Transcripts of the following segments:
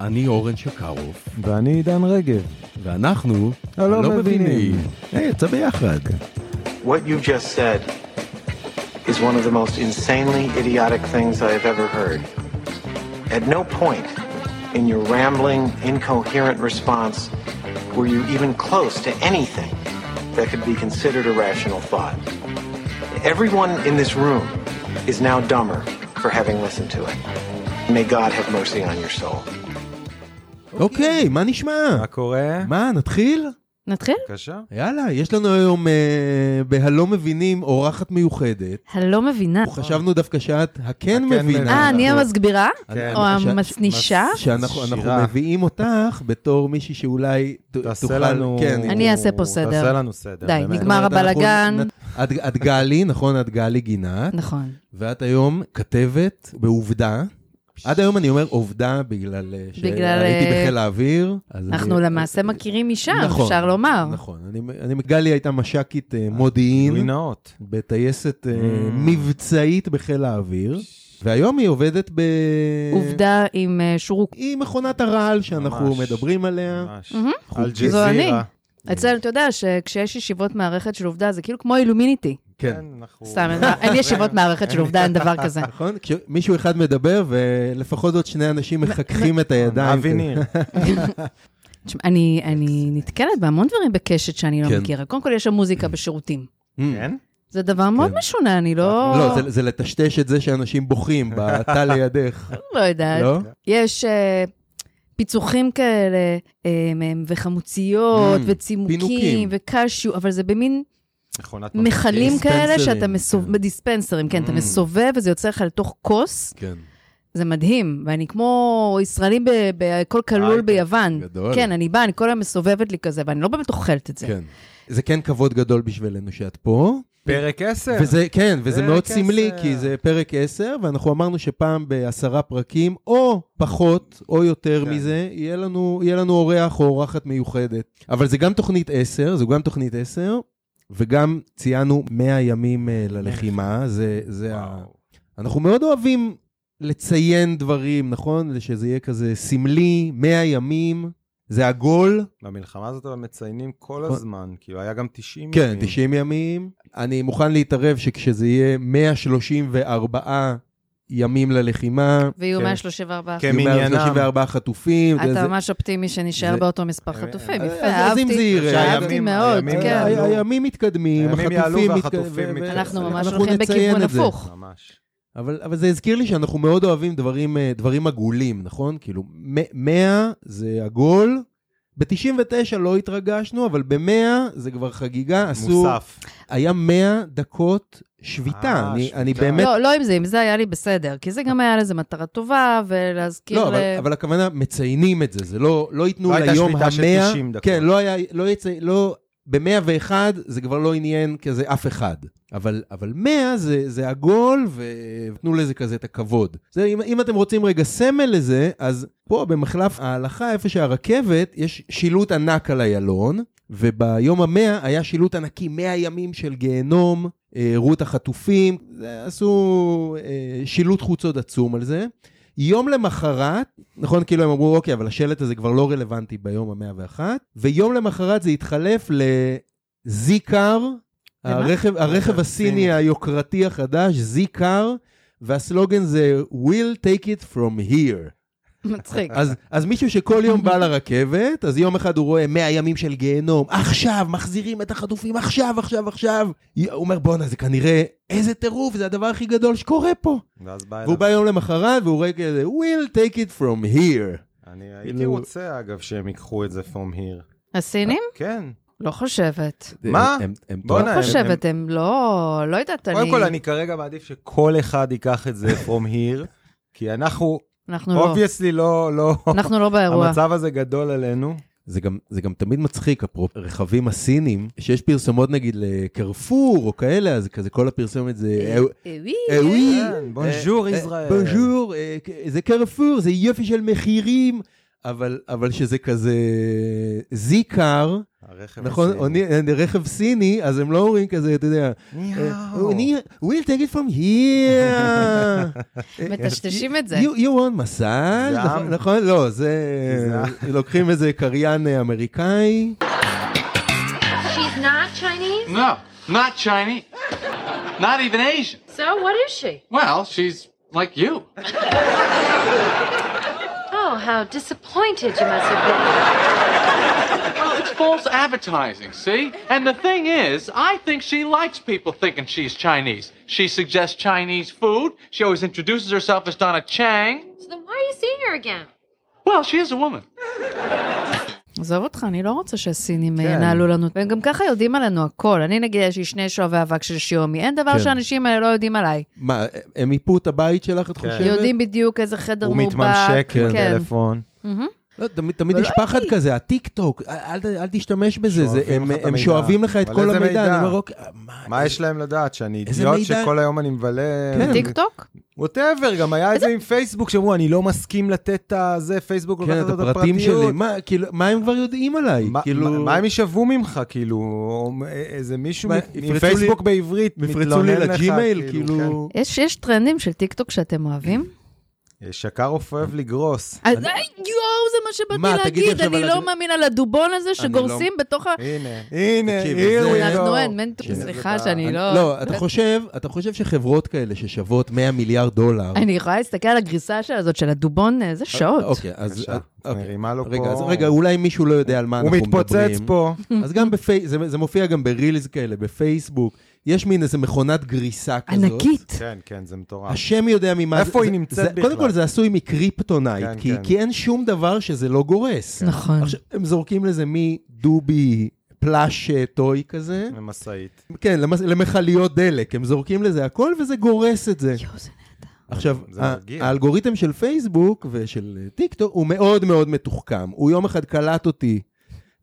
אני אורן שקרוף, ואני עידן רגב. ואנחנו לא, הלא מבינים. אה, היי, יצא ביחד. What you just said is one of the most insanely idiotic things I have ever heard. At no point in your rambling, incoherent response were you even close to anything that could be considered a rational thought. Everyone in this room is now dumber for having listened to it. May God have mercy on your soul. אוקיי, מה נשמע? מה קורה? מה, נתחיל? נתחיל? בבקשה. יאללה, יש לנו היום אה, בהלא מבינים אורחת מיוחדת. הלא מבינה. חשבנו דווקא שאת הכן הכן מבינה. אה, אני המסגבירה? כן. או ש- המצנישה? שאנחנו אנחנו שירה. מביאים אותך בתור מישהי שאולי ת- תעשה תוכל... לנו... כן, אני אעשה פה סדר. תעשה לנו סדר. די, באמת. נגמר. זאת אומרת, אנחנו הבלגן. נ- את- את גלי, נכון? את גלי גינת, נכון. ואת היום כתבת בעובדה. עד היום אני אומר עובדה בגלל אה, בגלל, שהייתי אה, בחיל האוויר. אז אנחנו אני- למעשה מכירים משם, נכון, אפשר לומר. נכון. אני- אני- גלי הייתה מש"קית אה, מודיעין. גילוי נאות. בטייסת אה, Mm. מבצעית בחיל האוויר, והיום היא עובדת ב... עובדה עם אה, שורוק. היא מכונת הרעל שאנחנו ממש. מדברים עליה. ממש. מהמם. זו אני. אלג'זירה. אצלנו, אתה יודע שכשיש ישיבות מערכת של עובדה, זה כאילו כמו אילומיניטי. כן. אנחנו... סתם, אין- אין ישיבות מערכת של עובדה, אין דבר כזה. נכון? כשמישהו אחד מדבר ולפחות עוד שני אנשים מחככים את הידיים. אבי ניר. תשמע, אני אני נתקלת בהמון דברים בקשת שאני לא כן. מכירה. קודם כל, יש שם מוזיקה בשירותים. כן? כן? זה דבר מאוד כן. משונה, אני לא... לא, זה- זה לטשטש את זה שאנשים בוכים בתא לידך, לא יודעת. לא? יש אה, פיצוחים כאלה, אה, מ- וחמוציות, Mm, פינוקים. אוקיי, וצימוקים, וקשיו, אבל זה במין מכונת ממתקים. מכלים כאלה שאתה דיספנסרים, כן. מסובב, דיספנסרים, כן, אתה Mm. מסובב וזה יוצא לך לתוך כוס, כן. זה מדהים, ואני כמו ישראלים ב- בכל כלול הייטק, ביוון. גדול. כן, אני באה, אני כל היום מסובבת לי כזה, ואני לא באמת אוכלת את זה. כן. זה כן כבוד גדול בשבילנו שאת פה. פרק 10. וזה, כן, וזה פרק מאוד סמלי, עשר. כי זה פרק 10, ואנחנו אמרנו שפעם בעשרה פרקים, או פחות, או יותר כן. מזה, יהיה לנו, יהיה לנו אורח או אורחת מיוחדת. אבל זה גם תוכנית 10, זו גם תוכנית 10, וגם ציינו 100 ימים אה, ללחימה, זה, זה ה... וואו. אנחנו מאוד אוהבים לציין דברים, נכון? שזה יהיה כזה סמלי, 100 ימים, זה עגול. במלחמה הזאת אבל מציינים כל נכון. הזמן, כאילו היה גם 90 כן, ימים. 90 ימים. אני מוכן להתערב שכשזה יהיה 134 ימים ללחימה, ויהיו כן. 134. כן. יהיו כמניינם. 134 חטופים. זה- אתה ממש אופטימי שנשאר זה- באותו מספר אה, חטופים, אה, יפה, אז- אז אם זה אהבתי, יראה, אהבתי הימים- מאוד, הימים ה- כן. יעלו. ה- הימים מתקדמים, הימים יעלו החטופים והחטופים מתקד- ו- אנחנו ו- ממש אנחנו הולכים נציין בכיוון את זה. הפוך. ממש. אבל אבל זה הזכיר לי שאנחנו מאוד אוהבים דברים, אה, דברים עגולים, נכון? כאילו, מ- 100 זה עגול. ב-99 לא התרגשנו, אבל ב-100 זה כבר חגיגה, אה, עשו... מוסף. היה 100 דקות שביתה. אה, אני- אני שביתה. באמת לא, לא עם זה, עם זה היה לי בסדר, כי זה גם היה לזה מטרה טובה, ולהזכיר... לא, אבל, ל- אבל הכוונה, מציינים את זה, זה לא, לא ייתנו לא הייתה ליום שביתה של המאה, 90 דקות. כן, לא היה, לא יצא, לא, ב-101 זה כבר לא עניין כזה אף אחד, אבל, אבל 100 זה, זה עגול, ותנו לזה כזה את הכבוד. זה, אם, אם אתם רוצים רגע סמל לזה, אז פה במחלף ההלכה, איפה שהרכבת, יש שילוט ענק על איילון, וביום המאה היה שילוט ענקי, 100 ימים של גיהנום, אה, רות החטופים, זה- עשו אה, שילוט חוצות עצום על זה. יום למחרת, נכון, כאילו הם אמרו, אוקיי, אבל השלט הזה כבר לא רלוונטי ביום המאה ואחת, ויום למחרת זה התחלף לזיקר, למה? הרכב, הרכב הסיני הסיני. היוקרתי החדש, זיקר, והסלוגן זה We'll take it from here. מצחיק. אז, אז מישהו שכל יום בא לרכבת, אז יום אחד הוא רואה 100 ימים של גיהנום, עכשיו, מחזירים את החטופים, עכשיו, עכשיו, עכשיו. הוא אומר, בואנה, זה כנראה, איזה טירוף, זה הדבר הכי גדול שקורה פה. ואז בא והוא אליו. בא יום למחרת והוא רואה כזה, we'll take it from here. אני הייתי כאילו- רוצה, אגב, שהם ייקחו את זה from here. הסינים? כן. לא חושבת. מה? הם- אה, הם- בואנה, לא הם- חושבת, הם לא... לא יודעת, אני... קודם כל, אני כרגע מעדיף שכל אחד ייקח את זה from here, כי אנחנו, אנחנו לא. אובייסלי, לא, לא, אנחנו לא באירוע. המצב הזה גדול עלינו. זה גם, זה גם תמיד מצחיק, אפרופו רכבים הסינים, שיש פרסומות נגיד לקרפור או כאלה, אז כזה כל הפרסומת זה... אה, אוי, אה, אוי, כן, בונז'ור, אה, ישראל. בונז'ור, אה, זה קרפור, זה יופי של מחירים. אבל, אבל שזה כזה זיקר, הרכב נכון? הסיני. עוני- רכב סיני, אז הם לא אומרים כזה, אתה יודע, אה, יאו. "We- we'll take it from here. מטשטשים את זה. You, you want מסאז', זעם. נכון, נכון? לא, זה... לוקחים איזה קריין אה, אמריקאי. She's not Chinese? No, not Chinese. Not even Asian. So what is she? Well, she's like you. Oh, how disappointed you must have Well, it's false advertising, see? And the thing is, I think she likes people thinking she's Chinese. She suggests Chinese food. She always introduces herself as Donna Chang. been. So then why are you seeing her again? Well, she is a woman. עזוב אותך, אני לא רוצה שהסינים ינהלו לנו, והם גם ככה יודעים עלינו הכל. אני נגיד, יש לי שני שואבי אבק של שיומי, אין דבר כן. שהאנשים האלה לא יודעים עליי. מה, הם מיפו את הבית שלך, את חושבת? יודעים בדיוק איזה חדר הוא מובק. מתממשק אה, עם כן. הטלפון. לא, תמיד, תמיד יש פחד כזה, הטיק טוק, אל, אל, אל תשתמש בזה, זה, שואבים הם, לך את הם שואבים לך את המידע. אבל כל איזה המידע, מידע? אני אומר, אוקיי, מה, מה יש להם לדעת? שאני איזה אידיוט מידע? שכל היום אני מבלה... כן. טיק טוק? ווטאבר, גם היה את זה עם פייסבוק, שאמרו, אני לא מסכים לתת את הזה, פייסבוק לוקחת כן, את הפרטים שלי, מה, כאילו, מה הם כבר יודעים עליי? מה- כאילו, מה- מה הם יישבו ממך, כאילו, או מ- איזה מישהו מה, מ- יפרצו לי- מפייסבוק בעברית יפרצו לי מתלונן לך, לג'ימייל, כאילו... יש יש טרנדים של טיק טוק שאתם אוהבים? כן. שקרוף אוהב לגרוס. אז אה, יואו, זה מה מה, שבאתי תגידי להגיד, עכשיו אני על לא הד- מאמין על הדובון הזה שגורסים בתוך ה... הנה, הנה, תקשיב, here זה- we אנחנו go. אין, מנטו, שזה סליחה בא- שאני לא... לא, אתה חושב, אתה חושב שחברות כאלה ששוות 100 מיליארד דולר... אני יכולה להסתכל על הגריסה שלה הזאת של הדובון, אה, זה שעות. אוקיי, אז... בבקשה, אוקיי. מרימה לו רגע, פה. אז רגע, אולי מישהו לא יודע על מה הוא אנחנו מדברים. מתפוצץ פה. אז גם בפייס... זה זה מופיע גם ברילס כאלה, בפייסבוק. יש מין איזה מכונת גריסה כזאת. ענקית. כן, כן, זה מטורף. השם יודע ממה איפה זה- היא זה- נמצאת זה- בכלל? קודם כל זה עשוי מקריפטונייט, כן, כי, כן. כי אין שום דבר שזה לא גורס. נכון. עכשיו, הם זורקים לזה מדובי פלאש אה, טוי כזה, משאית. כן, למס- למכליות דלק, הם זורקים לזה הכל וזה גורס את זה. יואו, זה עכשיו, זה ה- מרגיע. האלגוריתם של פייסבוק ושל אה, טיקטוק הוא מאוד מאוד מתוחכם. הוא יום אחד קלט אותי,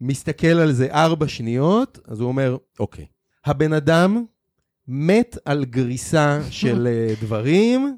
מסתכל על זה ארבע שניות, אז הוא אומר, אוקיי, הבן אדם מת על גריסה של אה, דברים,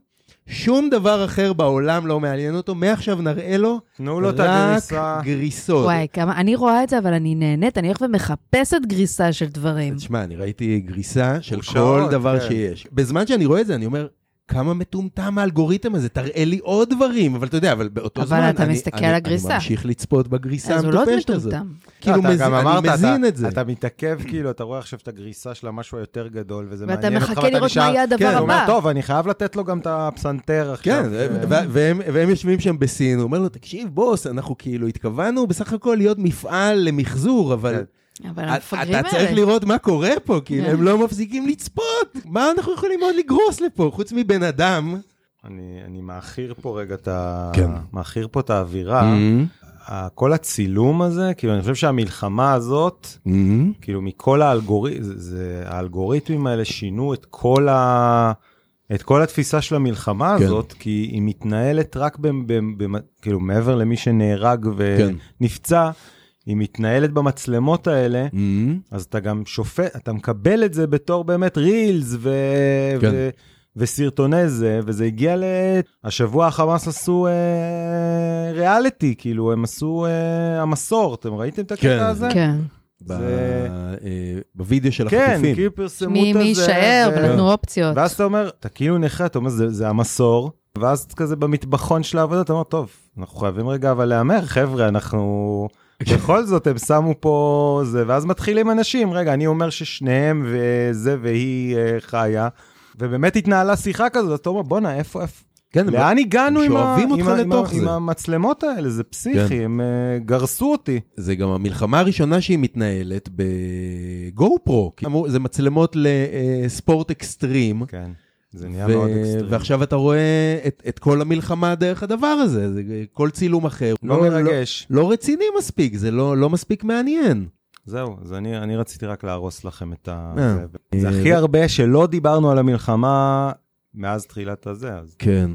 שום דבר אחר בעולם לא מעניין אותו, מעכשיו נראה לו תנו לו את רק הגריסה. לא, גריסות. וואי, כמה, אני רואה את זה, אבל אני נהנית, אני הולכת ומחפשת גריסה של דברים. תשמע, אני ראיתי גריסה של כל בושות, דבר כן. שיש. בזמן שאני רואה את זה, אני אומר, כמה מטומטם האלגוריתם הזה, תראה לי עוד דברים. אבל אתה יודע, אבל באותו אבל זמן, אתה אני- מסתכל אני- על הגריסה. אני ממשיך לצפות בגריסה אז הוא לא המטופשת הזאת. מטומטם. כאילו, לא, אתה מז- גם אמרת, אני מזין אתה- את זה. אתה מתעכב, כאילו, אתה רואה עכשיו את הגריסה של המשהו היותר גדול, וזה ואתה מעניין אותך, מחכה לראות מה יהיה הדבר כן, הוא אומר, הבא. טוב, אני חייב לתת לו גם את הפסנתר עכשיו. כן, ו- ו- והם- והם יושבים שם בסין, הוא אומר לו, תקשיב, בוס, אנחנו כאילו התכוונו בסך הכל להיות מפעל למחזור, כן. אבל... אבל המפגרים אה, אתה האלה. צריך לראות מה קורה פה, כאילו, כן. הם לא מפסיקים לצפות. מה אנחנו יכולים עוד לגרוס לפה, חוץ מבן אדם? אני אני מעכיר פה רגע את ה... כן. Mm. מעכיר פה את האווירה. Mm-hmm. ה- כל הצילום הזה, כאילו, אני חושב שהמלחמה הזאת, Mm-hmm. כאילו, מכל האלגוריתמים, האלגוריתמים האלה שינו את כל ה... את כל התפיסה של המלחמה כן. הזאת, כי היא מתנהלת רק ב... ב... ב... כאילו, מעבר למי שנהרג ונפצע, כן. היא מתנהלת במצלמות האלה. אז אתה גם שופט, אתה מקבל את זה בתור באמת רילס ו... כן. ו... וסרטוני זה, וזה הגיע ל... השבוע החמאס עשו אה, ריאליטי, כאילו הם עשו אה, המסור, אתם ראיתם את הקטע כן. הזה? כן. ב- זה- אה, בווידאו של כן, החטופים. כאילו פרסמו את מי הזה. מי יישאר, ו- ונתנו אופציות. ואז אתה אומר, אתה כאילו נכה, אתה אומר, זה, זה המסור, ואז כזה במטבחון של העבודה, אתה אומר, טוב, אנחנו חייבים רגע אבל להמר, חבר'ה, אנחנו... בכל זאת, הם שמו פה זה, ואז מתחילים אנשים, רגע, אני אומר ששניהם וזה והיא אה, חיה, ובאמת התנהלה שיחה כזאת, אז אתה אומר, בואנה, איפה, איפה? כן, אבל- לאן הגענו עם, ה... שואבים עם, אותך ה- עם, ה- לתוך עם זה. המצלמות האלה? זה פסיכי, הם אה, גרסו אותי. זה גם המלחמה הראשונה שהיא מתנהלת בגו פרו. זה מצלמות לספורט אקסטרים. כן, זה נהיה ו- מאוד אקסטרים. ועכשיו אתה רואה את, את כל המלחמה דרך הדבר הזה, זה כל צילום אחר. לא מרגש. לא, לא רציני מספיק, זה לא, לא מספיק מעניין. זהו, אז אני, אני רציתי רק להרוס לכם את ה... אה. זה, זה הכי הרבה שלא דיברנו על המלחמה מאז תחילת הזה, אז כן.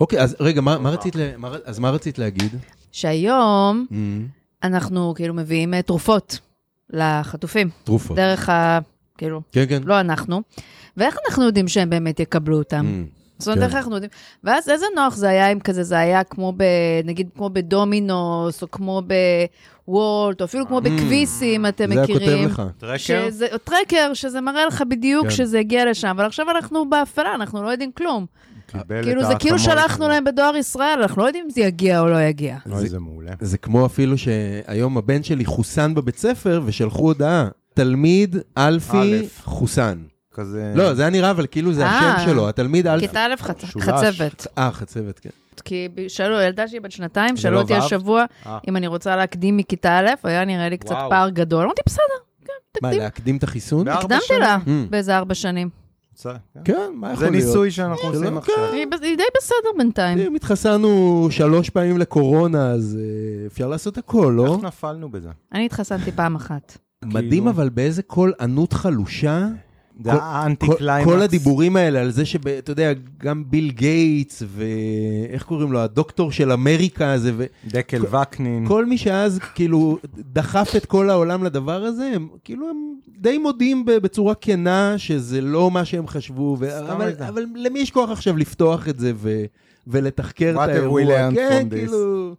אוקיי, אז רגע, מה, מה, רצית, ל- מה, ר- אז מה רצית להגיד? שהיום אנחנו כאילו מביאים אה, תרופות לחטופים, אוקיי. תרופות. דרך ה... כאילו, כן, כן. לא אנחנו. ואיך אנחנו יודעים שהם באמת יקבלו אותם? Mm. זאת אומרת, כן. איך אנחנו יודעים? ואז איזה נוח זה היה אם כזה, זה היה כמו ב... נגיד כמו בדומינוס, או כמו בוולט, או אפילו כמו בכביסים, אתם זה היה מכירים. כותב לך. טרקר? שזה, או טרקר, שזה מראה לך בדיוק כן. שזה הגיע לשם, אבל עכשיו אנחנו באפלה, אנחנו לא יודעים כלום. קיבל כאילו, את זה כאילו האקמול שלחנו שלו. להם בדואר ישראל, אנחנו לא יודעים אם זה יגיע או לא יגיע. אוי, זה מעולה. זה כמו אפילו שהיום הבן שלי חוסן בבית ספר ושלחו הודעה, תלמיד אלפי א'. חוסן. כן. כזה... לא, זה היה נראה אבל כאילו זה השם אה. שלו, התלמיד אלפי. כיתה א' חצ- שולש. חצבת. אה, חצבת, כן. כי ב- שאלו, הילדה שלי בת שנתיים, זה שאלו לא אותי ו'? השבוע אה. אם אני רוצה להקדים מכיתה א', היה נראה לי קצת וואו. פער גדול. אמרתי, בסדר, כן, מה, תקדים. להקדים את החיסון? בארבע הקדמתי שנים? לה Mm. באיזה ארבע שנים. בסדר, כן. כן, מה יכול זה להיות? לא ניסוי שאנחנו עושים עכשיו. היא ב- היא די בסדר בינתיים. אם התחסנו שלוש פעמים לקורונה, אז אה, אפשר לעשות הכל, לא? איך נפלנו בזה? אני התחסנתי פעם אחת. מדהים כאילו- אבל באיזה קול ענות חלושה. זה כל- האנטי כל- קליימקס. כל הדיבורים האלה על זה שאתה יודע, גם ביל גייטס ואיך קוראים לו, הדוקטור של אמריקה הזה, דקל וקנין. וכל מי שאז כאילו דחף את כל העולם לדבר הזה, הם כאילו הם די מודים ב- בצורה כנה שזה לא מה שהם חסבו, ו- סתם אבל- רגע. אבל למי יש כוח עכשיו לפתוח את זה ו- ולתחקר What את have we האירוע? learned כן, from this? כאילו,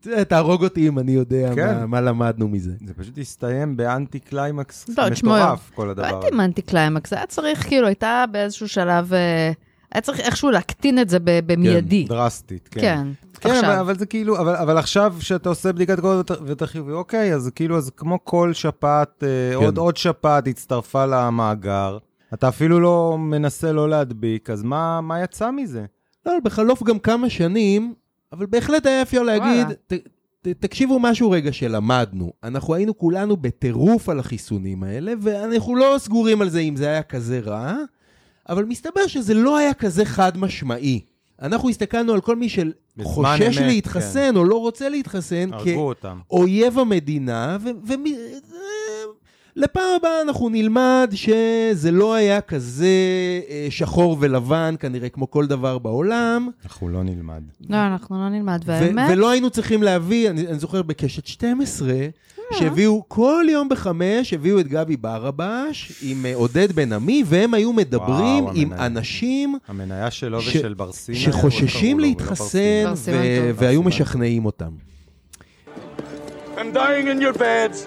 אתה יודע, תהרוג אותי אם אני יודע כן. מה- מה למדנו מזה. זה פשוט הסתיים באנטי קליימקס לא, תשמעו, מטורף, כל לא הדבר הייתי הזה. מנטי קליימקס, היה צריך, כאילו, הייתה באיזשהו שלב, אה, היה צריך איכשהו להקטין את זה ב- כן, במיידי. דרסטית, כן. כן, כן, אבל, עכשיו. אבל זה כאילו, אבל, אבל עכשיו שאתה עושה בדיקת קורונה ואת- ואתה חיובי, אוקיי, אז כאילו, אז כמו כל שפעת, אה, עוד, עוד שפעת הצטרפה למאגר, אתה אפילו לא מנסה לא להדביק, אז מה, מה יצא מזה? לא, בחלוף גם כמה שנים, אבל בהחלט היה אפשר להגיד, וואלה. ת, ת, תקשיבו משהו רגע שלמדנו. אנחנו היינו כולנו בטירוף על החיסונים האלה, ואנחנו לא סגורים על זה אם זה היה כזה רע, אבל מסתבר שזה לא היה כזה חד משמעי. אנחנו הסתכלנו על כל מי בזמן שחושש אמת, להתחסן כן. או לא רוצה להתחסן הרגו כ- אותם. אויב המדינה, ו... ו... לפעם הבאה אנחנו נלמד שזה לא היה כזה אה, שחור ולבן, כנראה כמו כל דבר בעולם, אנחנו לא נלמד. לא, אנחנו לא נלמד, ו- והאמת... ולא היינו צריכים להביא, אני, אני זוכר בקשת 12, שהביאו כל יום בחמש, הביאו את גבי ברבש עם אה, עודד בן עמי, והם היו מדברים וואו, עם המנהל. אנשים המניה שלו ש- ושל בר סימן. איך קראו שחוששים לו? לא ולא להתחסן בר סימן ו- טוב. והיו בר סימן. משכנעים אותם. and dying in your beds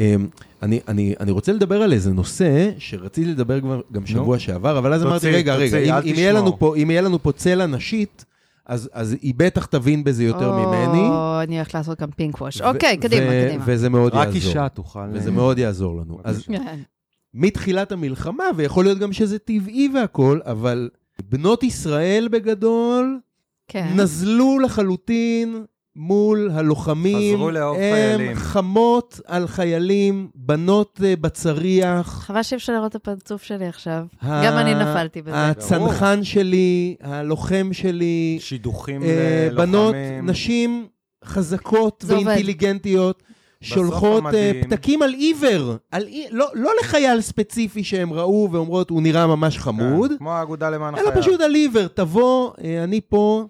אמ, אני, אני, אני רוצה לדבר על איזה נושא שרציתי לדבר כבר גם שבוע שעבר, אבל אז תוציא, אמרתי, רגע, תוציא, רגע, אל אם, אם, תשמור." יהיה לנו פה, אם יהיה לנו פה צלע נשית, אז, אז היא בטח תבין בזה יותר או, ממני. אני הולכת לעשות גם פינק ווש. ו- אוקיי, קדימה, ו- קדימה. וזה מאוד רק יעזור. אישה תוכל... לא וזה מאוד יעזור לנו. אז כן. מתחילת המלחמה, ויכול להיות גם שזה טבעי והכול, אבל בנות ישראל בגדול כן. נזלו לחלוטין מול הלוחמים. חזרו לאהוב הן חיילים. חמות על חיילים, בנות אה, בצריח. חבל שאי אפשר לראות את הפרצוף שלי עכשיו. גם אני נפלתי בזה. הצנחן שלי, הלוחם שלי, שידוכים אה, ללוחמים. בנות, נשים חזקות זה עובד. ואינטליגנטיות, שולחות אה, המדהים- פתקים על עיוור, על אי- לא- לא לחייל ספציפי שהם ראו ואומרות, הוא נראה ממש חמוד, כן, כמו האגודה למען החייל. אלא פשוט על עיוור, תבוא, אה, אני פה.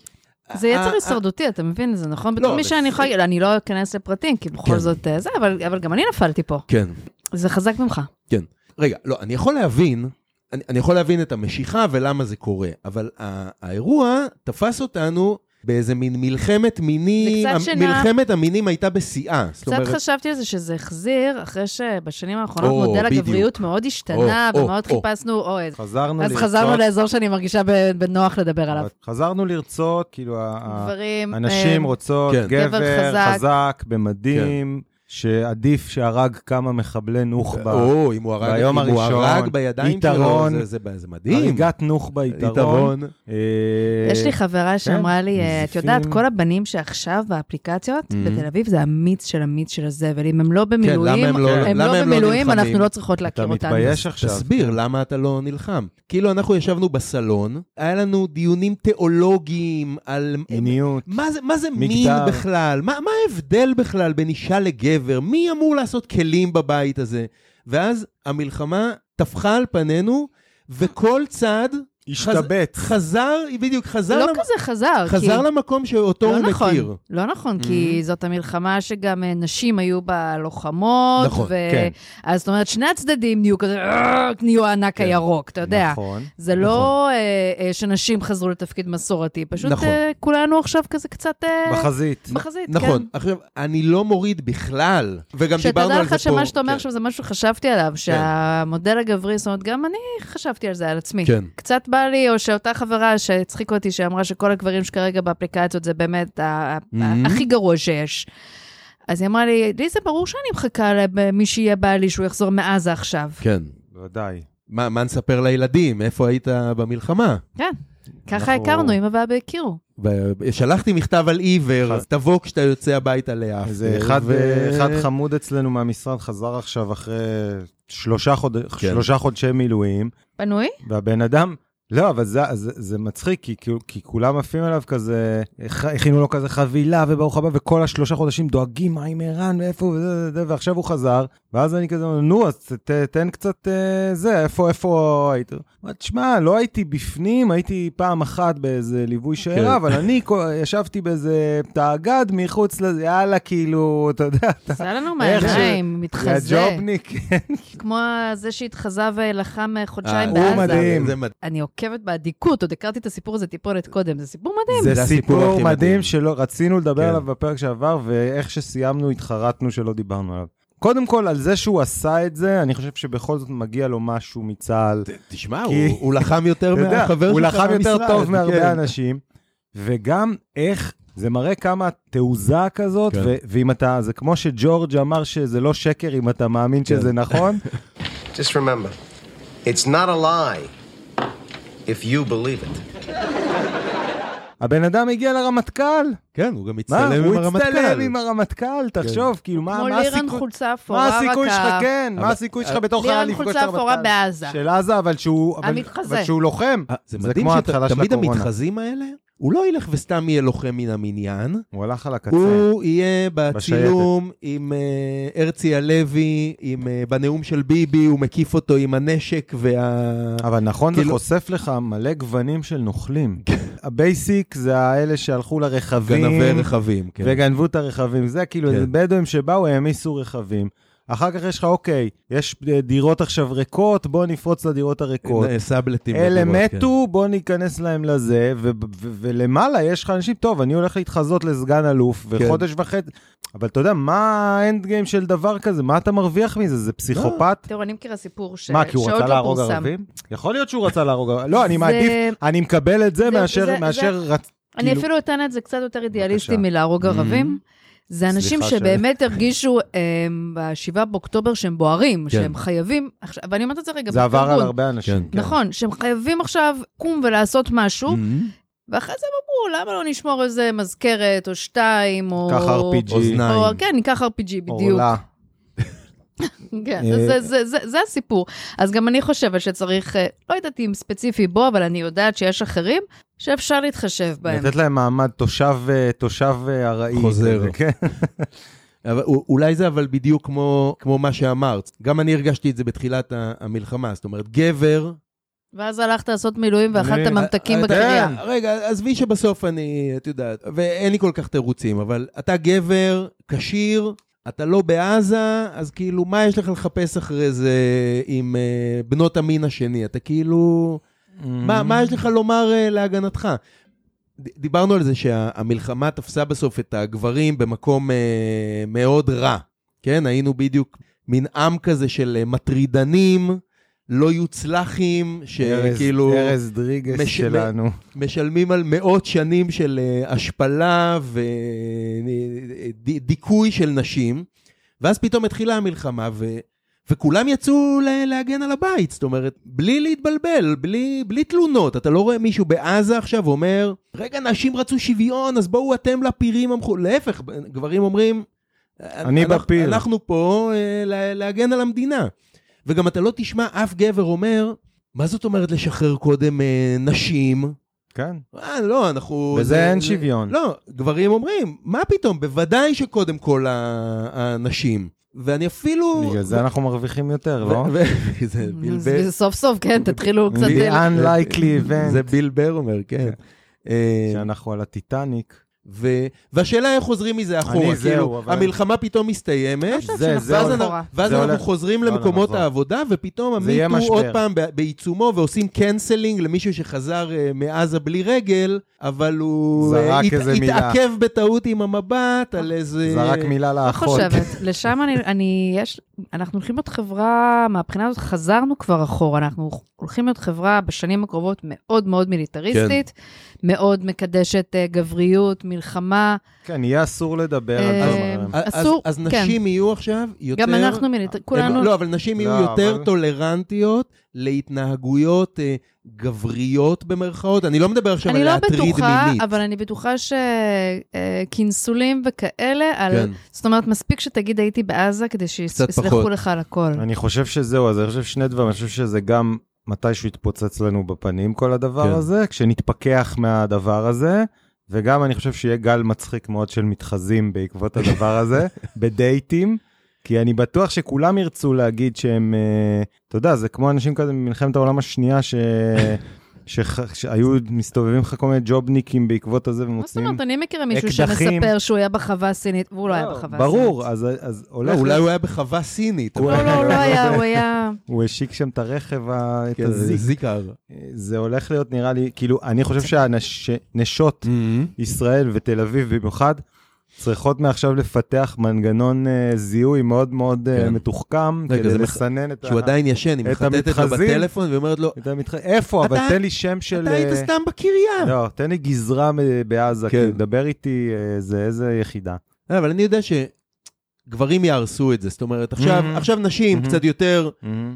זה אה, יצר אה, הישרדותי, אתה מבין? זה נכון? בתור לא, מי זה- שאני יכולה... אני לא אכנס לפרטים, כי כן. בכל זאת אה, זה, אבל אבל גם אני נפלתי פה. כן. זה חזק ממך. כן. רגע, לא, אני יכול להבין, אני, אני יכול להבין את המשיכה ולמה זה קורה, אבל ה- האירוע תפס אותנו באיזה מין מלחמת מינים, זה קצת המ- שינה. מלחמת המינים הייתה בשיאה. זאת קצת אומרת, חשבתי על זה שזה החזיר, אחרי שבשנים האחרונות או, מודל בדיוק. הגבריות מאוד השתנה, או, ומאוד או. חיפשנו אוהד. חזרנו אז לרצות. חזרנו לאזור שאני מרגישה ב- בנוח לדבר עליו. חזרנו אה, לרצות, כאילו, ה- ה- גברים... הנשים אה, רוצות כן. גבר גבר חזק. חזק, במדים, שעדיף שהרג כמה מחבלי נוח'בה. אה, או, אם הוא הרג, ביום אם הוא הראשון, הרג בידיים יתרון. שלו, זה, זה, זה, זה מדהים. הריגת נוח'בה יתרון. יתרון. אה, יש לי כן, חברה שאמרה לי, אה, מזיפים. את יודעת, כל הבנים שעכשיו באפליקציות בתל אביב זה המיץ של המיץ של הזבל. אם הם לא במילואים, Mm-hmm. למה הם לא- הם למה לא הם לא במילואים, נלחמים? אנחנו לא צריכות אתה להכיר אותנו. מתבייש עכשיו. כן. תסביר, למה אתה לא נלחם? כאילו, אנחנו ישבנו בסלון, היה לנו דיונים תיאולוגיים על... מיניות. מה זה, מה זה מגדר. מין בכלל? מה, מה ההבדל בכלל בין אישה לגבר? מי אמור לעשות כלים בבית הזה? ואז המלחמה טפחה על פנינו, וכל צד... השתבץ. חז, חזר, בדיוק, חזר, לא למ... כזה חזר. כי- חזר למקום שאותו לא הוא נכון, מכיר. לא נכון, כי Mm-hmm. זאת המלחמה שגם אה, נשים היו בה לוחמות. נכון, ו- כן. אז זאת אומרת, שני הצדדים נהיו כזה, "אה", נהיו הענק כן. הירוק, אתה יודע. נכון. זה לא אה, אה, שנשים חזרו לתפקיד מסורתי, פשוט נכון. אה, כולנו עכשיו כזה קצת... אה, בחזית. בחזית, כן. נכון, עכשיו, אני לא מוריד בכלל, וגם דיברנו שתדע על זה פה. לך שמה שאתה אומר כן. עכשיו זה משהו שחשבתי עליו, שהמודל הגברי, זאת אומרת, גם אני חשבתי על זה על עצמי. כן. קצת בא לי, או שאותה חברה שהצחיקה אותי, שאמרה שכל הגברים שכרגע באפליקציות זה באמת ה- ה- Mm-hmm. ה- הכי גרוע שיש. אז היא אמרה לי, לי זה ברור שאני מחכה למי שיהיה בעלי שהוא יחזור מעזה עכשיו. כן. בוודאי. מה, מה נספר לילדים? איפה היית במלחמה? כן. ככה נכון. אנחנו- הכרנו, אמא ואבא הכירו. ב- שלחתי מכתב על עיוור, אז תבוא כשאתה יוצא הביתה לאף. איזה אה, אחד, אה, ו- אחד חמוד אצלנו מהמשרד חזר עכשיו אחרי שלושה, חוד... כן. שלושה חודשי מילואים, פנוי? והבן אדם, לא, אבל זה, זה, זה מצחיק, כי, כי, כי כולם עפים עליו כזה, הכ- הכינו לו כזה חבילה וברוך הבא, וכל השלושה חודשים דואגים מה עם ערן ואיפה הוא וזה, וזה, וזה, ועכשיו הוא חזר, ואז אני כזה, אומר, נו, אז ת, תן קצת אה, זה, איפה, איפה היית? הוא אומר, תשמע, לא הייתי בפנים, הייתי פעם אחת באיזה ליווי כן. שאלה, אבל אני כל- ישבתי באיזה תאגד מחוץ לזה, יאללה, כאילו, אתה יודע, אתה... זה היה לנו איך ש- מהעיניים, זה מתחזה. הג'ובניק, כמו זה שהתחזה ולחם אה, חודשיים אה, בעזה. הוא מדהים. זה מדהים. אני עוקבת באדיקות, עוד הכרתי את הסיפור הזה טיפונת קודם, זה סיפור מדהים. זה זה הסיפור הכי סיפור מדהים. מדהים שלא, רצינו לדבר כן. עליו בפרק שעבר, ואיך שסיימנו התחרטנו שלא דיברנו עליו. קודם כל, על זה שהוא עשה את זה, אני חושב שבכל זאת מגיע לו משהו מצה"ל. תשמע, כי- הוא- הוא לחם יותר אתה יודע, מהחבר שלך הוא לחם יותר מהמשרד, טוב כן. מהרבה אנשים, וגם איך... זה מראה כמה תעוזה כזאת, כן. ו- ואם אתה, זה כמו שג'ורג' אמר שזה לא שקר אם אתה כן. מאמין שזה נכון, Just remember, it's not a lie if you believe it. הבן אדם הגיע לרמטכ"ל. כן, הוא גם מה, הצטלם עם הוא הרמטכ"ל. כן. הצטלם עם הרמטכ"ל, תחשוב, כאילו, מה כמו מה לירן הסיכוי... חולצה אפורה, מה רק הסיכוי שלך, ה- כן, מה הסיכוי שלך בתור לירן חייל לפגוש את חולצה הרמטכ"ל? אפורה בעזה. של עזה, אבל שהוא... אבל- המתחזה. אבל שהוא לוחם. אה, זה זה מדהים כמו ההתחלה של שתמיד הקורונה. המתחזים האלה, הוא לא ילך וסתם יהיה לוחם מן המניין, הוא הלך על הקצה. הוא יהיה בצילום עם אה, הרצי הלוי, עם, אה, בנאום של ביבי, הוא מקיף אותו עם הנשק וה... אבל נכון, זה כאילו- חושף לך מלא גוונים של נוכלים. הבייסיק זה האלה שהלכו לרכבים. גנבי רכבים, כן. וגנבו את הרכבים. זה כאילו, כן. איזה בדואים שבאו, העמיסו רכבים. אחר כך יש לך, אוקיי, יש אה, דירות עכשיו ריקות, בוא נפרוץ לדדירות הריקות. אה, סבלטים. אלה בדירות, כן. מתו, בוא ניכנס להם לזה, ו- ו- ו- ולמעלה יש לך אנשים, טוב, אני הולך להתחזות לסגן אלוף, כן. וחודש וחצי, אבל אתה יודע, מה האנד גיים של דבר כזה? מה אתה מרוויח מזה? זה פסיכופת? תראו, אני מכירה סיפור ש... מה, כי הוא שעוד רצה לא להרוג פורסם. ערבים? יכול להיות שהוא רצה להרוג ערבים. לא, אני זה- מעדיף, אני מקבל את זה זה- מאשר, מאשר רצ... אני כאילו- אפילו אתן את זה קצת יותר אידיאליסטי בבקשה. Mm-hmm. מלהרוג ערבים. זה אנשים סליחה ש- שבאמת הרגישו אמ, ב-7 באוקטובר שהם בוערים, כן. שהם חייבים, עכשיו, ואני אומרת את זה רגע, זה עבר על בפרגון. הרבה אנשים. כן. Mm. נכון, שהם חייבים עכשיו קום ולעשות משהו, Mhm. ואחרי זה הם אמרו, למה לא נשמור איזה מזכרת או שתיים, או... קח RPG. אוזניים. או- כן, ניקח RPG בדיוק. עורלה. כן, אה, זה, זה, זה, זה הסיפור. אז גם אני חושבת שצריך, אה, לא יודעת אם ספציפי בו, אבל אני יודעת שיש אחרים שאפשר להתחשב בהם. לתת להם מעמד תושב, אה, תושב אה, ארעי. חוזר. כזה, כן. אבל א- אולי זה אבל בדיוק כמו, כמו מה שאמרת. גם אני הרגשתי את זה בתחילת ה- המלחמה. זאת אומרת, גבר... ואז הלכת לעשות מילואים ואכלת אני- ממתקים אתה בקריה. יודע, אה, כן, רגע, עזבי שבסוף אני, את יודעת, ואין לי כל כך תירוצים, אבל אתה גבר, כשיר, אתה לא בעזה, אז כאילו, מה יש לך לחפש אחרי זה עם אה, בנות המין השני? אתה כאילו... כן. Mm-hmm. מה, מה יש לך לומר אה, להגנתך? ד- דיברנו על זה שהמלחמה תפסה בסוף את הגברים במקום אה, מאוד רע, כן? היינו בדיוק מין עם כזה של אה, מטרידנים, לא יוצלחים, ארז- שכאילו ארז דריגס כאילו- מש- שלנו. משלמים על מאות שנים אה, של אה, השפלה ודיכוי של נשים. ואז פתאום התחילה המלחמה, ו... וכולם יצאו ל- להגן על הבית, זאת אומרת, בלי להתבלבל, בלי, בלי תלונות. אתה לא רואה מישהו בעזה עכשיו אומר, רגע, נשים רצו שוויון, אז בואו אתם לפירים המחו... להפך, גברים אומרים, אני "אנחנו- בפיר." אנחנו פה אה, לה- להגן על המדינה. וגם אתה לא תשמע אף גבר אומר, מה זאת אומרת לשחרר קודם אה, נשים? כן. אה, לא, אנחנו... בזה זה- אין זה- שוויון. לא, גברים אומרים, מה פתאום, בוודאי שקודם כל ה- הנשים. ואני אפילו... בגלל זה אנחנו מרוויחים יותר, ו- לא? ו- זה ביל בר- סוף סוף, כן, תתחילו קצת... לא The unlikely זה event ביל בר אומר, כן. אה, שאנחנו על הטיטניק. ו- והשאלה איך חוזרים מזה אחורה, אני זהו, כאילו, אבל- המלחמה פתאום מסתיימת, חושבת זה- שנחזור זה ואז הולך- אחורה. אנחנו- ואז זה אנחנו הולך- חוזרים לא, לא, למקומות נחזור. העבודה, ופתאום זה יהיה המיטו עוד משבר. פעם ב- בעיצומו, ועושים קנסלינג למישהו שחזר אה, מעזה בלי רגל, אבל הוא אה, זרק הת- איזה מילה. התעכב בטעות עם המבט על איזה... זה רק מילה לא לאחות. חושבת, לשם אני, אני, יש, אנחנו הולכים להיות חברה, מהבחינה הזאת חזרנו כבר אחורה, אנחנו הולכים להיות חברה בשנים הקרובות מאוד מאוד מיליטריסטית, מאוד מקדשת אה, גבריות, מלחמה, כן, יהיה אסור לדבר על אה, דברים. האלה. אז- אסור, אז כן. נשים יהיו עכשיו יותר... גם אנחנו מיליטריסטים, כולנו, לא, אבל נשים יהיו לא, יותר אבל- טולרנטיות להתנהגויות אה, גבריות במרכאות. אני לא מדבר עכשיו על אני לא להטריד מינית. בטוחה, אבל אני בטוחה שכינסולים וכאלה, על, כן. זאת אומרת, מספיק שתגיד הייתי בעזה כדי קצת פחות. שיסלחו לך על הכל. אני חושב שזהו, אז אני חושב שני דברים, אני חושב שזה גם מתישהו יתפוצץ לנו בפנים כל הדבר כן. הזה, כשנתפכח מהדבר הזה, וגם אני חושב שיהיה גל מצחיק מאוד של מתחזים בעקבות הדבר הזה, בדייטים, כי אני בטוח שכולם ירצו להגיד שהם, אה, אתה יודע, זה כמו אנשים כזה ממלחמת העולם השנייה, ש... שח- שהיו מסתובבים לך כל מיני ג'ובניקים בעקבות הזה מה זאת ומוצאים... אומרת, אני מכירה מישהו אקדחים. שמספר שהוא היה בחווה הסינית, והוא לא היה בחווה הסינית. ברור, אז, אז לא, הולך... אולי הוא היה בחווה סינית. אבל- לא, לא, הוא לא היה, הוא היה... הוא השיק שם את הרכב, ה- את כן, זה הזיק. זיקר. זה הולך להיות נראה לי, כאילו, אני חושב שהנשות ישראל ותל אביב במיוחד, צריכות מעכשיו לפתח מנגנון אה, זיהוי מאוד מאוד אה, כן. מתוחכם, רגע, כדי זה מח- לסנן את שהוא עדיין ישן, היא אה, את מחטטת לו המתחזים. בטלפון ואומרת לו, את המתח... איפה? אתה- אבל תן לי שם של... אתה היית אה, סתם בקריה. לא, תן לי גזרה מ- בעזה, כן. כן. דבר איתי אה, זה איזה יחידה. לא, אבל אני יודע שגברים יהרסו את זה. זאת אומרת, עכשיו Mhm. עכשיו נשים Mhm. קצת יותר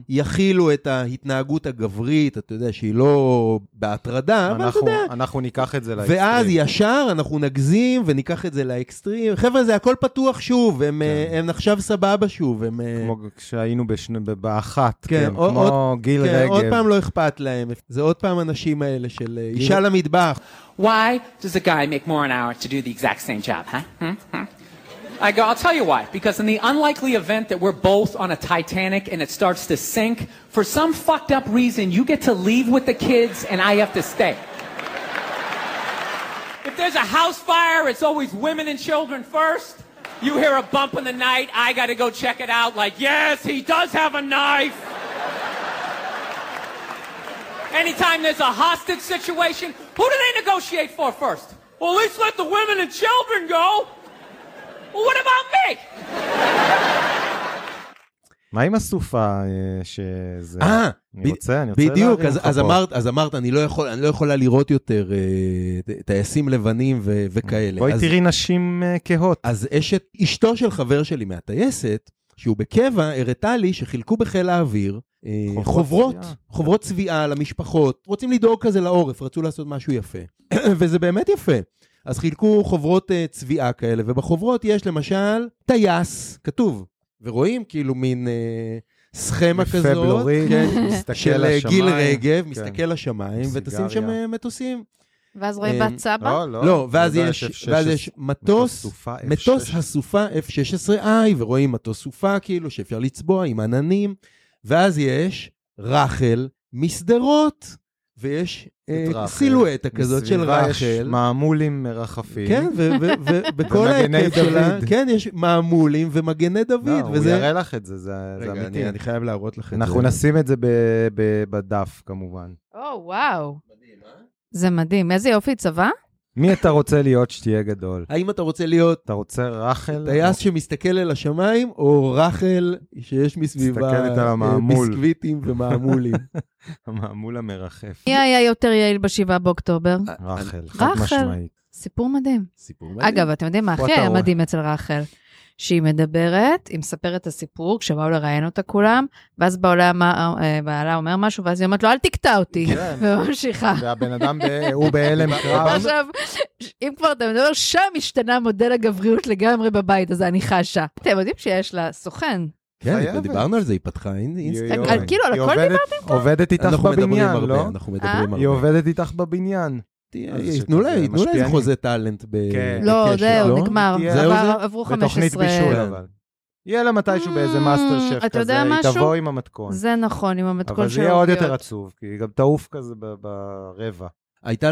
יכילו את ההתנהגות הגברית, אתה יודע, שהיא לא בהטרדה, אבל אתה אנחנו, יודע. אנחנו ניקח את זה לאקסטרים. ואז ישר אנחנו נגזים וניקח את זה לאקסטרים. חבר'ה, זה הכל פתוח שוב, הם אה, הם עכשיו סבבה שוב, הם... אה, כן. כמו כשהיינו בשני, ב- באחת, כן, כן, עוד- כמו גיל כן, רגב. עוד פעם לא אכפת להם, זה עוד פעם הנשים האלה של אה, אישה למטבח. Why does a guy make more an hour to do the exact same job, huh? Hmm? Hmm? I go, I'll tell you why. Because in the unlikely event that we're both on a Titanic and it starts to sink, for some fucked up reason, you get to leave with the kids and I have to stay. If there's a house fire, it's always women and children first. You hear a bump in the night, I gotta go check it out, like, yes, he does have a knife. Anytime there's a hostage situation, who do they negotiate for first? Well, at least let the women and children go. Well, what about me? מה עם הסופה אה, שזה... אה, אני רוצה, אני רוצה בדיוק, להרים אז, לך אז, פה. אמרת, אז אמרת, אני לא, יכול, אני לא יכולה לראות יותר אה, ט- טייסים לבנים ו, וכאלה. בואי אז, תראי נשים אה, כהות. אז אשת, אשתו של חבר שלי מהטייסת, שהוא בקבע, הראתה לי שחילקו בחיל האוויר אה, חוברות חוברות, צביעה. חוברות צביעה למשפחות. רוצים לדאוג כזה לעורף, רצו לעשות משהו יפה. וזה באמת יפה. אז חילקו חוברות אה, צביעה כאלה, ובחוברות יש למשל טייס, כתוב, ורואים כאילו מין אה, סכמה יפה כזאת. בלורית, כן, מסתכל של אה, לשמיים. גיל רגב, כן. מסתכל לשמיים, עם ותשים שם סיגריה. אה, מטוסים. ואז רואים אה, בת סבא? לא, לא. לא, ואז לא, יש F16. ואז יש מטוס, הסופה F16. מטוס הסופה F-16i, ורואים מטוס סופה כאילו, שאפשר לצבוע עם עננים, ואז יש רחל משדרות, ויש אה, את רחל. סילואטה כזאת של מסביבה יש רחל. מעמולים מרחפים. כן, ו- ו- ו- ובכל ומגני ההיקף שלה, דוד. כן, יש מעמולים ומגני לא, דוד, הוא וזה... יראה לך את זה, זה זה רגע, אמיתי. אני אני חייב להראות לכם. אנחנו נשים את זה ב- ב- בדף, כמובן. או, וואו. Oh, זה מדהים, איזה יופי צבא. מי אתה רוצה להיות שתהיה גדול? האם אתה רוצה להיות אתה רוצה רחל? טייס שמסתכל אל השמיים, או רחל שיש מסביבה מסתכלת על אה, המעמול. ביסקוויטים ומעמולים. המעמול המרחף. מי היה יותר יעיל בשבעה באוקטובר? אה. רחל, חד רחל. משמעית. סיפור מדהים. סיפור מדהים. אגב, אתם יודעים מה אוקיי. פה הכי אתה היה רואה. מדהים אצל רחל? שהיא מדברת, היא מספרת את הסיפור, כשבאו לראיין אותה כולם, ואז בעלה, אמר- אה, בעלה אומר משהו, ואז היא אומרת לו, אל תקטע אותי, כן. וממשיכה. והבן אדם, ב- הוא בהלם קרב. עכשיו, אם כבר אתה מדבר, שם השתנה מודל הגבריות לגמרי בבית הזה, אני חשה. אתם יודעים שיש לה סוכן. חייבת. כן, דיברנו על זה, היא פתחה אינסטגרם. היא- על- על- כאילו, על היא הכל עובדת- עובדת איתך אנחנו מדברים בבניין, הרבה, לא? אנחנו אה? מדברים היא הרבה. עובדת איתך בבניין. אז שכזה תנו לה תנו לה איזה משפיענים. חוזה טאלנט. ב- כן. לא, בקשר, זהו, לא? נגמר. תהיה- זהו עבר- עברו בתוכנית 15. בישול אבל. יהיה לה מתישהו באיזה Mm, מאסטר אתה שף יודע כזה, היא משהו? תבוא עם המתכון. זה נכון, עם המתכון אבל של זה יהיה עוד יותר האותיות. עצוב, כי היא גם תעוף כזה ב- ברבע. הייתה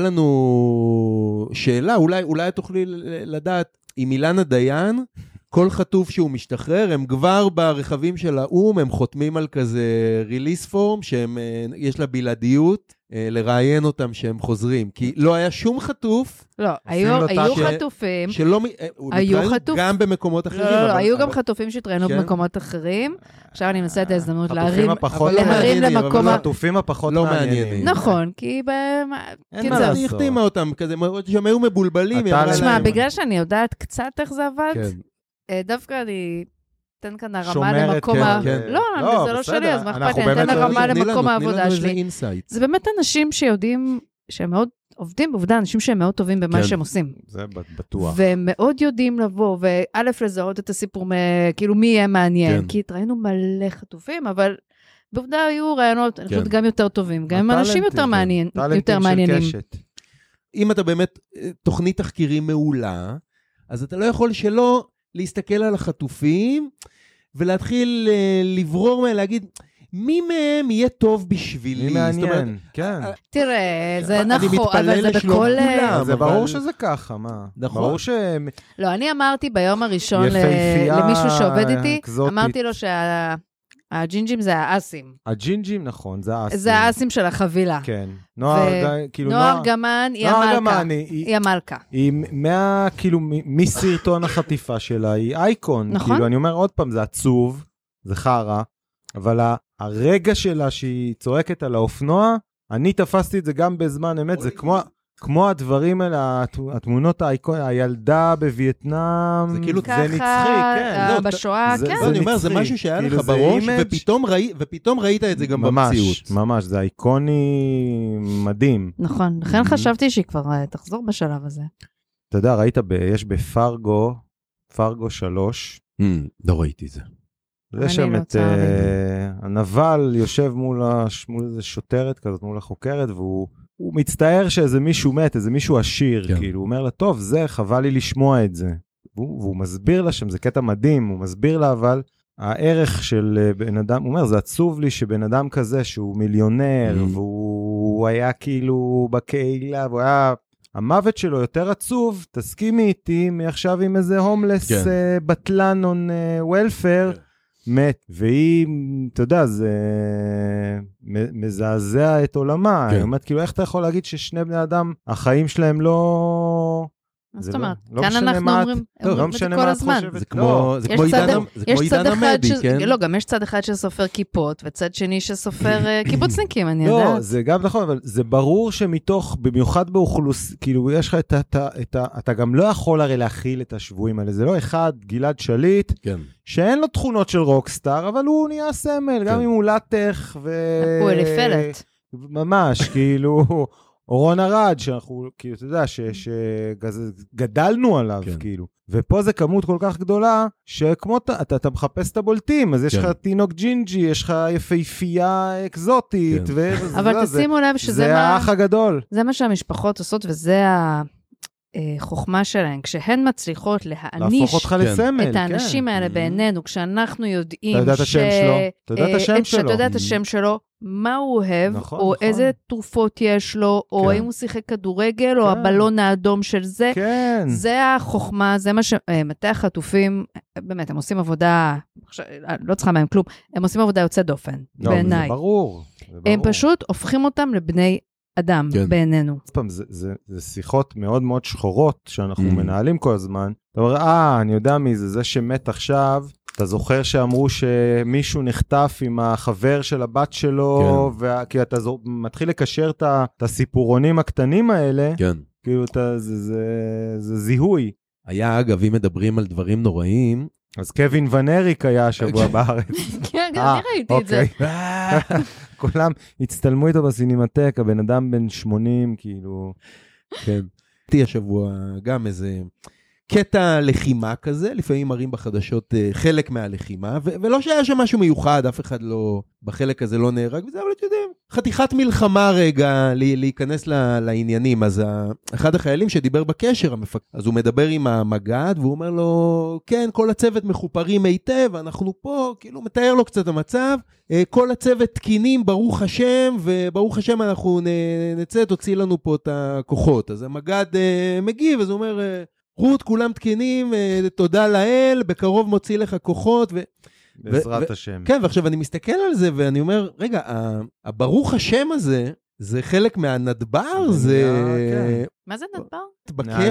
לנו שאלה, אולי, אולי תוכלי ל- לדעת, עם אילנה דיין, כל חטוף שהוא משתחרר, הם כבר ברכבים של האו"ם, הם חותמים על כזה ריליס פורם, שיש אה, לה בלעדיות אה, לראיין אותם שהם חוזרים. כי לא היה שום חטוף לא, לו היו את היו ש- חטופים. שלא... מ- אה, הוא היו מתראיין חטוף- גם במקומות אחרים. לא, לא, לא, אבל- היו גם אבל- חטופים שהתראיינו כן? במקומות אחרים. עכשיו אני מנסה את ההזדמנות החטופים להרים. הפחות אבל לא להרים מעניינים, אבל למקום לא- ה- החטופים הפחות לא מעניינים. מעניינים. נכון, כי... ב- אין מה קיצר. היא לעשות. החתימה אותם כזה, שהם היו מבולבלים. היא אתה אמרה תשמע, להם- בגלל שאני יודעת קצת איך זה עבד, כן. אה, דווקא אני אתן כאן הרמה שומרת, למקום כן, ה... כן. לא, לא, זה לא בסדר, שלי, אז מה אנחנו אכפת לי, אני באמת אתן לא- כן, הרמה תני לנו- למקום העבודה תני לנו שלי. איזה אינסייט. זה באמת אנשים שיודעים, שהם מאוד עובדים בעובדה, אנשים שהם מאוד טובים במה כן. שהם עושים. זה בטוח. והם מאוד יודעים לבוא, וא' לזהות את הסיפור, מ- כאילו מי יהיה מעניין, כן. כי התראינו מלא חטופים, אבל בעובדה היו רעיונות, אני כן. חושבת גם יותר טובים, גם עם אנשים יותר כן. מעניין- יותר מעניינים. אם אתה באמת אה, תוכנית תחקירים מעולה, אז אתה לא יכול שלא להסתכל על החטופים ולהתחיל אה, לברור מהם, להגיד, מי מהם יהיה טוב בשבילי? מי זאת אומרת, מעניין, כן. תראה, זה אני נכון, מתפלל אבל זה לשלום בכל... אה, כולם. זה אה, אבל- ברור שזה ככה, מה? נכון. ברור שהם... לא, אני אמרתי ביום הראשון ל- יפהפייה למישהו שעובד איתי, אקזוטית. אמרתי לו שהג'ינג'ים זה האסים. הג'ינג'ים, נכון, זה האסים. זה האסים של החבילה. כן. נוער, ג- כאילו נוער נוער... גמן היא נוער המלכה. גמני, היא- היא המלכה. היא מה... כאילו, מ- מסרטון החטיפה שלה היא אייקון. נכון. כאילו, אני אומר עוד פעם, זה עצוב, זה חרא, אבל ה- הרגע שלה שהיא צועקת על האופנוע, אני תפסתי את זה גם בזמן אמת, זה כמו... כמו הדברים האלה, הת- התמונות האייקון, הילדה בווייטנאם, זה כאילו- ככה, זה נצחי, כן. אה, לא, בשואה, זה- כן. לא, אני אומר, זה נצחי. משהו שהיה כאילו, לך זה בראש, image. ופתאום ראי- ופתאום ראית את זה גם ממש, במציאות. ממש, זה איקוני מדהים. נכון, לכן חשבתי שהיא כבר אה, תחזור בשלב הזה. אתה יודע, ראית, ב, יש בפרגו, פרגו 3, Mm, Hmm, לא ראיתי את זה. אני יש שם לא, את צר לי. אה, הנבל יושב מול, הש, מול איזה שוטרת כזאת, מול החוקרת, והוא הוא מצטער שאיזה מישהו מת, איזה מישהו עשיר, כן. כן. כאילו, הוא אומר לה, טוב, זה, חבל לי לשמוע את זה. והוא, והוא מסביר לה שם, זה קטע מדהים, הוא מסביר לה, אבל הערך של אה, בן אדם, הוא אומר, זה עצוב לי שבן אדם כזה, שהוא מיליונר, Mm. והוא היה כאילו בקהילה, והוא היה... המוות שלו יותר עצוב, תסכימי איתי, מעכשיו עם איזה הומלס כן. אה, בטלן און וולפר, מת, והיא, אתה יודע, זה אה, מ- מזעזע את עולמה. כן. כן. היא אומרת, כאילו, איך אתה יכול להגיד ששני בני אדם, החיים שלהם לא... מה זה זאת לא- אומרת? לא כאן משנה אנחנו מה את- אומרים לא, אומרים לא את זה משנה כל מה את הזמן. חושבת. זה לא. כמו זה יש כמו צד עידן אחד- המ- זה יש כמו צד עידן אחד המבי, ש- כן? לא, גם יש צד אחד שסופר כיפות, וצד שני שסופר אה, קיבוצניקים, אני לא, יודעת. זה גם נכון, אבל זה ברור שמתוך, במיוחד באוכלוס, כאילו, יש לך את ה... את ה, את ה אתה גם לא יכול הרי להכיל את השבויים האלה. זה לא אחד, גלעד שליט, כן. שאין לו תכונות של רוקסטאר, אבל הוא נהיה סמל, גם אם הוא לטח ו... הוא אליפלט. ממש, כאילו, אורון ארד, שאנחנו, כאילו, אתה יודע, ש- שגדלנו עליו, כן. כאילו. ופה זה כמות כל כך גדולה, שכמו, ת- אתה, אתה מחפש את הבולטים, אז יש כן. לך תינוק ג'ינג'י, יש לך יפהפייה אקזוטית, כן. ו... אבל תשימו לב שזה שזה זה מה... האח הגדול. זה מה שהמשפחות עושות, וזה החוכמה שלהן. כשהן מצליחות להפוך להעניש אותך כן. לסמל, את האנשים האלה בעינינו, כשאנחנו יודעים Mm-hmm. אתה יודע את השם ש- שלו? אתה יודע את אה, השם את- שלו. שאתה יודע את השם שלו, מה הוא אוהב, נכון, או נכון. איזה תרופות יש לו, או כן. האם הוא שיחק כדורגל, או כן. הבלון האדום של זה. כן. זה החוכמה, זה מה ש... אה, מטה החטופים, אה, באמת, הם עושים עבודה, עכשיו, אה, לא צריכה מהם כלום, הם עושים עבודה יוצאת דופן, לא, אבל בעיניי. זה ברור. זה הם ברור. פשוט הופכים אותם לבני אדם, כן. בעינינו. עוד פעם, זה, זה, זה שיחות מאוד מאוד שחורות שאנחנו Mm. mm. מנהלים כל הזמן. אתה אומר, אה, אני יודע מי זה, זה שמת עכשיו, אתה זוכר שאמרו שמישהו נחטף עם החבר של הבת שלו, כן. וה, כי אתה זו, מתחיל לקשר את ה- את הסיפורונים הקטנים האלה, כן. כן. כאילו, אתה, זה, זה, זה זיהוי. היה, אגב, אם מדברים על דברים נוראים, אז קווין ונריק היה השבוע בארץ. כן, גם אני אה, ראיתי את זה. אוקיי. אה. כולם הצטלמו איתו בסינמטק, הבן אדם בן 80, כאילו... כן. ראיתי השבוע גם איזה קטע לחימה כזה, לפעמים מראים בחדשות אה, חלק מהלחימה, ו- ולא שהיה שם משהו מיוחד, אף אחד לא, בחלק הזה לא נהרג וזה, אבל אתם יודעים, חתיכת מלחמה רגע, ל- להיכנס ל- לעניינים. אז ה- אחד החיילים שדיבר בקשר, המפק... אז הוא מדבר עם המג"ד, והוא אומר לו, כן, כל הצוות מחופרים היטב, אנחנו פה, כאילו, מתאר לו קצת המצב. אה, כל הצוות תקינים, ברוך השם, וברוך השם אנחנו נ, נצא, תוציא לנו פה את הכוחות. אז המג"ד אה, מגיב, אז הוא אומר, אה, רות, כולם תקינים, אה, תודה לאל, בקרוב מוציא לך כוחות. ו... בעזרת ו- השם. כן, ועכשיו אני מסתכל על זה ואני אומר, רגע, ה- הברוך השם הזה, זה חלק מהנדבר, זה כן. מה זה נדבר? נעלי,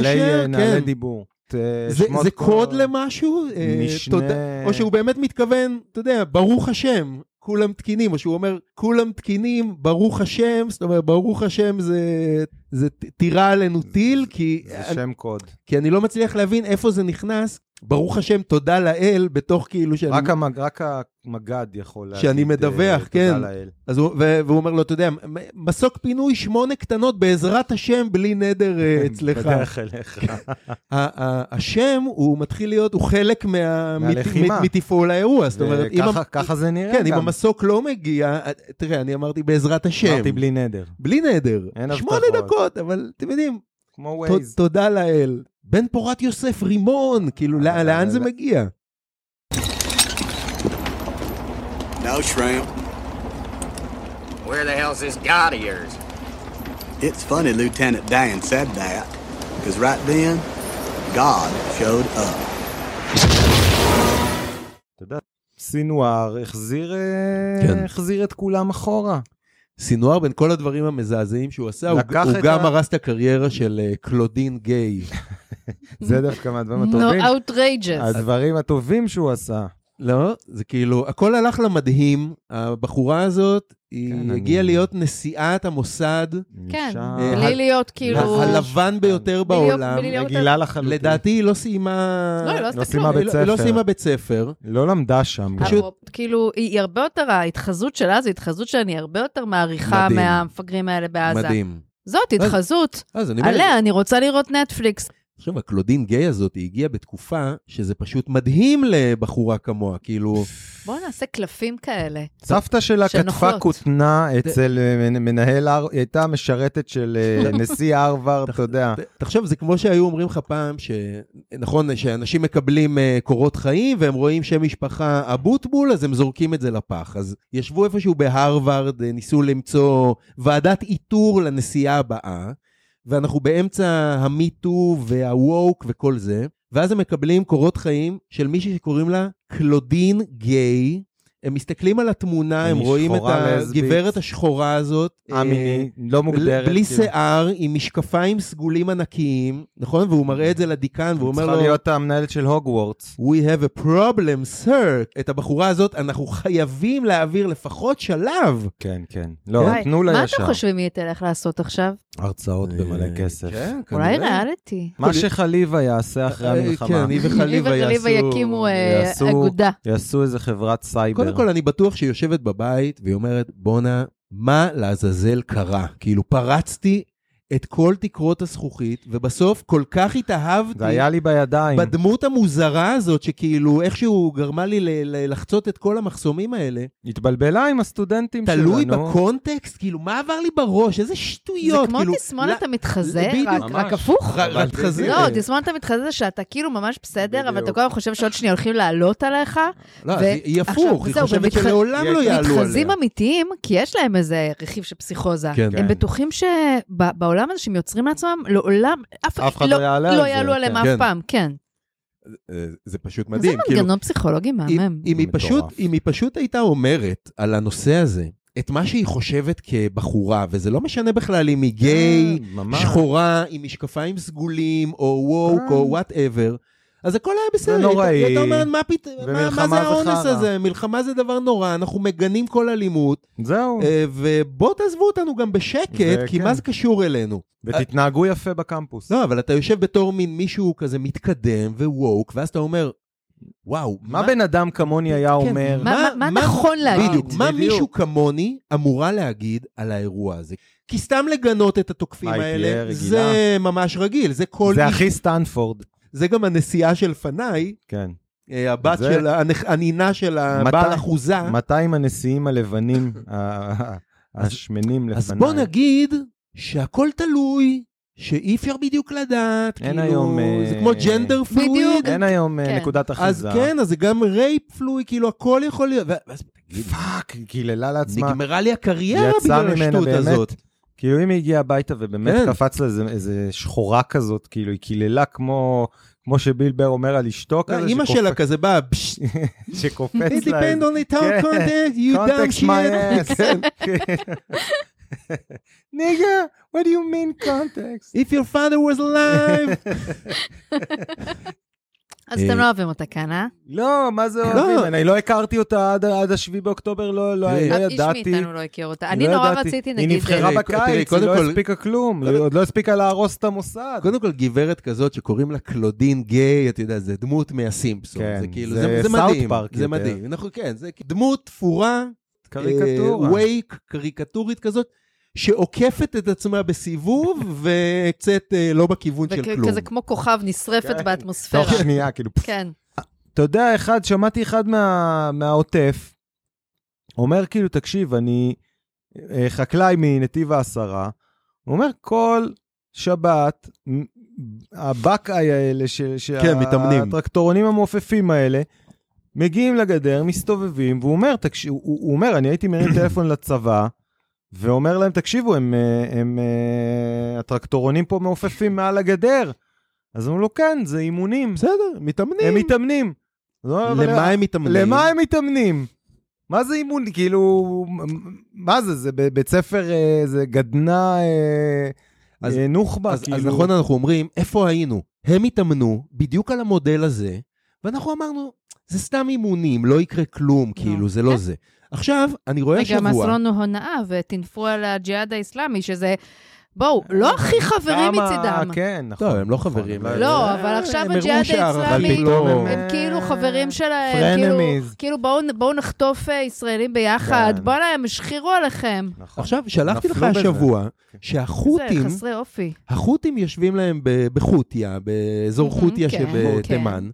בקשר, אה, נעלי כן. דיבור. ת- זה, שמות זה פה- קוד למשהו? אה, משנה... או שהוא באמת מתכוון, אתה יודע, ברוך השם, כולם תקינים, או שהוא אומר, כולם תקינים, ברוך השם, זאת אומרת, ברוך השם זה, זה ט- תירה עלינו טיל, כי, זה שם קוד. כי אני לא מצליח להבין איפה זה נכנס, ברוך השם, תודה לאל, בתוך כאילו שאני... רק, המג... רק המג"ד יכול להגיד... שאני מדווח, אה, כן. תודה לאל. אז הוא, ו- והוא אומר לו, אתה יודע, "מ- מסוק פינוי שמונה קטנות בעזרת השם, בלי נדר אה, אצלך. כן, בדרך אליך. ה- ה- השם, הוא מתחיל להיות, הוא חלק מה... מהלחימה. מת- מתפעול האירוע, זאת אומרת, אם וככה- המ- ככה זה נראה כן, אם גם. המסוק לא מגיע, תראה, אני אמרתי בעזרת השם. אמרתי בלי נדר. בלי נדר. אין שמונה הבטחות. דקות, אבל אתם יודעים, כמו ת- ווייז. תודה לאל. בן פורת יוסף רימון, כאילו, אה, לא- לאן אה, זה אה. מגיע? Now, Shrimp, Where the hell's this god of yours? it's funny Lieutenant Dan said that, because right then, God showed up. אתה יודע, סינואר החזיר, אה, כן. החזיר את כולם אחורה. סינואר, בין כל הדברים המזעזעים שהוא עשה, הוא לקח הוא את גם ה- הרס את הקריירה של אה, קלודין גיי. זה דווקא מהדברים הטובים. No outrageous. הדברים הטובים שהוא עשה. לא, זה כאילו, הכל הלך למדהים, הבחורה הזאת, כן, היא אני- הגיעה להיות נשיאת המוסד, כן, אישה אה, בלי להיות כאילו... הלבן ביותר בלי להיות- בעולם. בלי להיות- רגילה לחלוטין. לדעתי היא לא סיימה... לא, היא לא לא עשתה סיימה כלום. היא בית לא- היא לא ספר. סיימה בית ספר. לא למדה שם. פשוט- הרוב- כאילו, היא היא הרבה יותר, ההתחזות שלה זו התחזות שאני הרבה יותר מעריכה מדהים. מהמפגרים האלה בעזה. מדהים. זאת התחזות. אז אני אומר, עליה, אני רוצה לראות נטפליקס. עכשיו, הקלודין גיי הזאת, היא הגיעה בתקופה שזה פשוט מדהים לבחורה כמוה, כאילו... בואו נעשה קלפים כאלה. אה, סבתא שלה כתפה שנופלות. כותנה אצל אה, מנ- מנהל, הר- היא הייתה משרתת של אה, נשיא הרווארד, אתה יודע. תחשוב, זה כמו שהיו אומרים לך פעם, שנכון, שאנשים מקבלים אה, קורות חיים, והם רואים שם משפחה אבוטבול, אז הם זורקים את זה לפח. אז ישבו איפשהו בהרווארד, אה, ניסו למצוא ועדת איתור לנסיעה הבאה, ואנחנו באמצע המיטו והווק וכל זה, ואז הם מקבלים קורות חיים של מישהי שקוראים לה קלודין גיי. הם מסתכלים על התמונה, הם היא רואים את שחורה לסבית. הגברת השחורה הזאת. אה, א-מיני, לא מוגדרת. בלי כאילו. שיער, עם משקפיים סגולים ענקיים, נכון? והוא מראה את זה לדיקן, והוא אומר Mm-hmm. צריכה לו, להיות המנהלת של הוגוורטס. We have a problem, sir. את הבחורה הזאת, אנחנו חייבים להעביר לפחות שלב. כן, כן. לא, וואי, תנו לה מה ישר. אתם חושבים היא תלך לעשות עכשיו? הרצאות במלא כסף. אולי ריאליטי. מה שחליבה יעשה אחרי אה, המלחמה. כן, היא וחליבה היא יעשו... וחליבה יקימו אה, יעשו- אגודה. יעשו איזה חברת סייבר. קודם כל, אני בטוח שהיא יושבת בבית והיא אומרת, בואנה, מה לעזאזל קרה? כאילו, פרצתי את כל תקרות הזכוכית, ובסוף כל כך התאהבתי. זה היה לי בידיים. בדמות המוזרה הזאת, שכאילו איכשהו גרמה לי ל- ל- לחצות את כל המחסומים האלה, התבלבלה עם הסטודנטים שלנו. תלוי בקונטקסט, כאילו, מה עבר לי בראש? איזה זה שטויות. כמו כאילו, תסמונת לא- המתחזה, בדיוק. רק- ממש. רק הפוך. רק- רק תחזיר. לא, תסמונת המתחזה זה שאתה כאילו ממש בסדר, אבל אתה בדיוק. כל הזמן חושב שעוד שנייה הולכים לעלות עליך. לא, אז ו- היא היא עכשיו, הפוך, היא זהו, חושבת ומתח- שלעולם לא יעלו עליה. מתחזים אמיתיים, כי יש להם איזה רכיב של פסיכוזה. כן. הם כן. בטוחים שבעולם הזה שהם יוצרים לעצמם, לעולם, אף אף אחד לא יעלה על לא זה, יעלו כן. עליהם אף כן. פעם, כן. אה, זה פשוט זה מדהים, כאילו. מנגנון פסיכולוגי מהמם. אם, אם, היא מטורף. פשוט, אם היא פשוט הייתה אומרת על הנושא הזה, את מה שהיא חושבת כבחורה, וזה לא משנה בכלל אם היא גיי, אה, ממש. שחורה, עם משקפיים סגולים, או ווק, או וואטאבר, אז הכל היה בסדר. אה. זה נוראי. היא הייתה אומרת, מה, פת... מה, מה ומלחמה זה זה האונס חרא." הזה? מלחמה זה דבר נורא, אנחנו מגנים כל אלימות, זהו. אה, ובואו תעזבו אותנו גם בשקט, זה- כי כן. מה זה קשור אלינו? ותתנהגו יפה בקמפוס. לא, אבל אתה יושב בתור מין מישהו כזה מתקדם וווק, ואז אתה אומר, וואו, מה כן, בן אדם כמוני היה אומר? כן. מה- מה נכון להגיד? בדיוק, מה בדיוק. מישהו כמוני אמורה להגיד על האירוע הזה? כי סתם לגנות את התוקפים מה, היא תהיה האלה, רגילה? זה ממש רגיל, זה כל... זה איש- הכי סטנפורד. זה גם הנסיעה של פניי, כן. אה, הבת זה- של, הנכ- הנינה של מתי- הבעל אחוזה. מתי עם הנשיאים הלבנים, ה- השמנים לפניי? אז בוא נגיד שהכל תלוי, שאי אפשר בדיוק לדעת, אין כאילו, היום, אה, זה כמו ג'נדר פלואיד. בדיוק. אין היום אה, כן. נקודת אז אחיזה. כן, אז זה גם רייפ פלואי, כאילו הכל יכול להיות, ואז תגיד, פאק, היא קיללה לעצמה. נגמרה לי הקריירה יצא בגלל ממנה השטות באמת. הזאת. כאילו אם היא הגיעה הביתה ובאמת כן. קפץ לה איזה, איזה שחורה כזאת, כאילו היא קיללה כמו, כמו שבילבר אומר על אשתו כזה, אה, אימא שקופ- שלה כזה באה, "פשש, שקופץ It לה depend איזה... on the town כן. context, you dumb Context shit. my ass. ניגה, what do you mean context? If your father was alive. אז אתם לא אוהבים אותה כאן, אה? לא, מה זה לא. אוהבים? אני לא הכרתי אותה עד- עד השביעי באוקטובר, לא אה, לא- לא אף איש ידעתי. מאיתנו לא הכיר אותה. לא אני נורא ידעתי. רציתי, היא נגיד, אה, נבחרה תראי, בקיץ, היא קודם לא כל- הספיקה כלום, היא עוד לא הספיקה להרוס את המוסד. קודם כל, גברת כזאת שקוראים לה קלודין גיי, אתה יודע, זה דמות מהסימפסון. כן, זה כאילו, זה זה זה סאוט מדהים. פארק זה יותר. מדהים, נכון, כן, זה דמות תפורה, קריקטורה. אה, וייק, קריקטורית כזאת, שעוקפת את עצמה בסיבוב, וקצת אה, לא בכיוון של כלום. כזה כמו כוכב אה, נשרפת תוך באטמוספירה. שנייה, כאילו, פפ, כן. אתה יודע, אחד, שמעתי אחד מה, מהעוטף, אומר כאילו, תקשיב, אני אה, חקלאי מנתיב העשרה, הוא אומר, כל שבת, מ- הבקאי האלה, ש, שה- כן, מתאמנים. הטרקטורונים המעופפים האלה, מגיעים לגדר, מסתובבים, והוא אומר, תקשיב, הוא, הוא אומר, אני הייתי מרים טלפון לצבא, ואומר להם, תקשיבו, הם, אה, הם, אה, הטרקטורונים פה מעופפים מעל הגדר. אז אמרו לו, כן, זה אימונים. בסדר, מתאמנים. הם מתאמנים. לא, אבל- למה הם מתאמנים? למה הם מתאמנים? מה זה אימון? כאילו, מה זה? זה ב- בית ספר, אה, זה גדנה, אה, אז- אה, נוח'בה, אז, כאילו. אז נכון, אנחנו אומרים, איפה היינו? הם התאמנו בדיוק על המודל הזה, ואנחנו אמרנו, זה סתם אימונים, לא יקרה כלום, כאילו, זה לא זה. עכשיו, אני לא רואה כן. רגע, השבוע... גם עשרונו הונאה, וטינפו על הג'יהאד האסלאמי, שזה... בואו, לא הכי חברים כמה- מצידם. כן, נכון. טוב, הם לא נכון, חברים. הם לא, אה, אבל עכשיו הם הראו הג'יהאד שער, אבל האסלאמי, פתאום הם- הם כאילו חברים שלהם, כאילו, Frenemies. כאילו בואו בואו נחטוף אה, ישראלים ביחד, כן. בואנה, הם השחירו עליכם. נכון. עכשיו, שלחתי לך נפלו בזה. כן. השבוע זה שהחות'ים, חסרי אופי. החות'ים יושבים להם ב- בחות'יה, באזור מהמם, חות'יה כן, שבתימן.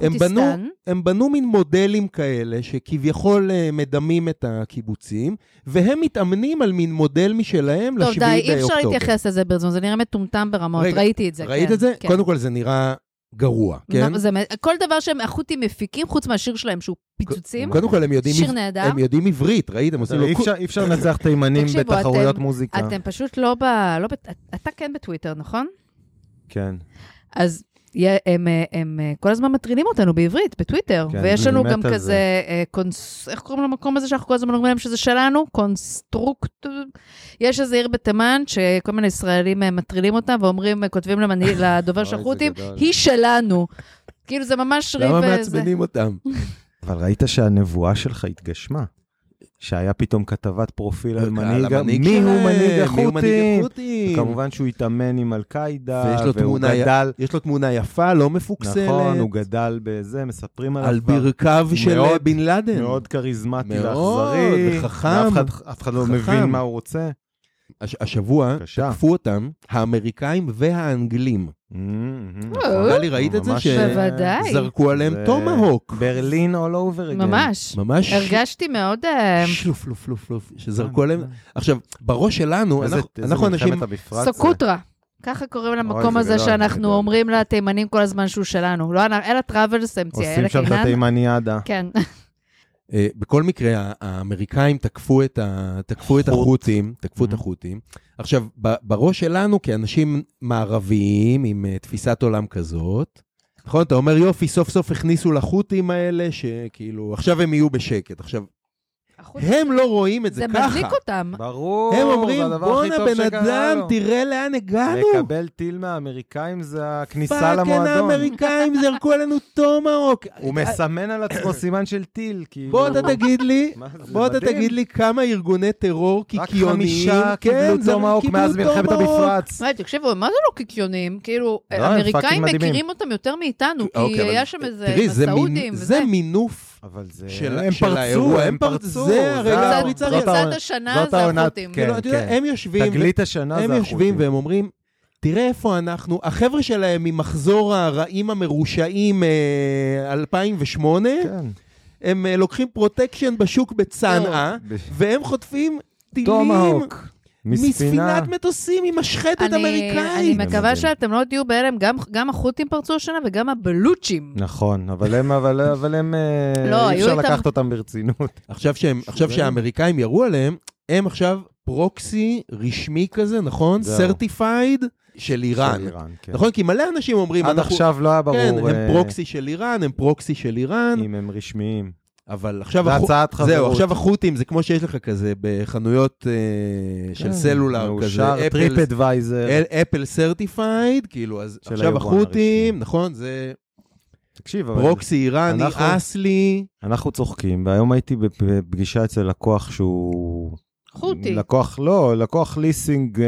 הם בנו, חותיסטן. הם בנו מין מודלים כאלה שכביכול אה, מדמים את הקיבוצים, והם מתאמנים על מין מודל משלהם טוב, לשביעי די, באוקטובר. אי אפשר להתייחס לזה ברזון, זה נראה מטומטם ברמות, רגע, ראיתי את זה. ראית כן, את זה? כן. קודם כל זה נראה גרוע, כן? זה מ- כל דבר שהם החות'ים מפיקים, חוץ מהשיר שלהם שהוא פיצוצים, קודם כל הם יודעים שיר עב- נהדר. הם יודעים עברית, ראיתם? עושים לו אי אפשר- אי אפשר לנצח תימנים תקשיבו, בתחרויות אתם- מוזיקה. אתם אה. פשוט לא ב... לא ב- אתה כן בטוויטר, נכון? כן. אז יה- הם, אה, הם אה, כל הזמן מטרידים אותנו בעברית, בטוויטר, כן, ויש לנו אני גם מת על כזה, זה. אה, קונס... איך קוראים למקום הזה שאנחנו כל הזמן אומרים להם שזה שלנו? קונסטרוקט... יש איזו עיר בתימן שכל מיני ישראלים אה, מטרידים אותה ואומרים, אה, כותבים למנהיג, לדובר של אוי, זה החות'ים, גדול. היא שלנו. כאילו זה ממש ריב... למה אה, זה. מעצבנים אותם? אבל ראית שהנבואה שלך התגשמה? שהיה פתאום כתבת פרופיל על מנהיג, ה- מי הוא שלהם, מנהיג מי הוא מנהיג החות'ים? החות'ים? כמובן שהוא התאמן עם אל-קאעידה, ויש לו והוא תמונה- גדל, יש לו תמונה יפה, לא מפוקסלת. נכון, הוא גדל בזה, מספרים עליו על כבר. ברכיו של אה, מאוד- בן לאדן. כן. מאוד כריזמטי מאוד, ואכזרי. וחכם. ואף אחד- אף אחד לא חכם. מבין מה הוא רוצה. הש- השבוע בבקשה. תקפו אותם האמריקאים והאנגלים. אה, גלי, ראית את זה? ממש, ש- בוודאי. זרקו עליהם זה טומהוק. ברלין all over again. ממש. ממש הרגשתי מאוד... אה, שלוף, שלוף, שלוף, שלוף, שזרקו עליהם. עכשיו, בראש שלנו, איזה- אנחנו- איזה אנחנו מלחמת אנשים המפרץ זה. סוקוטרה. ככה קוראים למקום זה הזה גדול, גדול. שאנחנו אומרים לתימנים כל הזמן שהוא שלנו. לא, אנ- אלה טראבלס המציאה, עושים אלה שם את קינן. התימניאדה. כן. אה, בכל מקרה, ה- האמריקאים תקפו את, ה... תקפו את החות'ים, תקפו את Mhm. החות'ים. עכשיו, ב- בראש שלנו, כאנשים מערביים עם אה, תפיסת עולם כזאת, נכון? אתה כאילו, אומר, יופי, סוף סוף הכניסו לחות'ים האלה, שכאילו, עכשיו הם יהיו בשקט. עכשיו, החוצה. הם לא רואים את זה זה ככה. מדליק אותם. ברור, הם אומרים, זה הדבר הכי בואנה טוב בן שקרה אדם, לו." תראה לאן הגענו. לקבל טיל מהאמריקאים זה הכניסה פאקינג למועדון. האמריקאים זרקו עלינו טומהוק. הוא מסמן על עצמו סימן של טיל, כאילו. בוא אתה תגיד לי, מה זה, בוא אתה מדהים. תגיד לי כמה ארגוני טרור רק קיקיוניים, חמישה כן, קיבלו זה- טומהוק קיבלו מאז מלחמת טומהאוק. המפרץ. וואי, תקשיבו, מה זה לא קיקיונים? כאילו, הם פאקינג האמריקאים מדהימים. מכירים אותם יותר מאיתנו, כי אוקיי, אבל- היה שם איזה תראי, זה מין- מסעודים וזה. זה מינוף אבל זה... של- הם של פרצו, האירוע, הם פרצו, זה הרגע ה- הפריצה זאת של- העונה- מצד השנה זאת זה העונה- החות'ים. כאילו, כן, אתה יודע, כן. הם יושבים, תגלית השנה זה הם החות'ים. יושבים והם אומרים, תראה איפה אנחנו, החבר'ה שלהם ממחזור הרעים המרושעים אה, 2008, כן. הם אה, לוקחים פרוטקשן בשוק בצנעא, לא. ב- והם חוטפים טילים טומהוק. מספינה. מספינת מטוסים עם משחטת אני, אני אמריקאית. מקווה שאתם לא תהיו בהלם, גם, גם החות'ים פרצו השנה וגם הבלוצ'ים. נכון, אבל הם, אבל, אבל הם, אה, לא, אי היו אפשר איתם- לקחת אותם ברצינות. עכשיו שהם- לא עכשיו שהאמריקאים ירו עליהם, הם עכשיו פרוקסי רשמי כזה, נכון? זהו. סרטיפייד של איראן. של איראן, כן. נכון? כי מלא אנשים אומרים, עד אנחנו- עכשיו לא היה ברור כן, אה, הם פרוקסי של איראן, הם פרוקסי של איראן, אם הם רשמיים. אבל עכשיו... זה החו- הצעת חברות. זהו, עכשיו החות'ים, זה כמו שיש לך כזה בחנויות אה, של סלולר כזה. כן. מאושר, אפל- טריפ אדוויזר. אל- אפל סרטיפייד, כאילו, אז של עכשיו היבואן הרשמי. החות'ים, נכון? זה תקשיב, אבל פרוקסי איראני, אנחנו- אסלי. אנחנו צוחקים, והיום הייתי בפגישה אצל לקוח שהוא... חותי. לקוח, לא, לקוח ליסינג אה,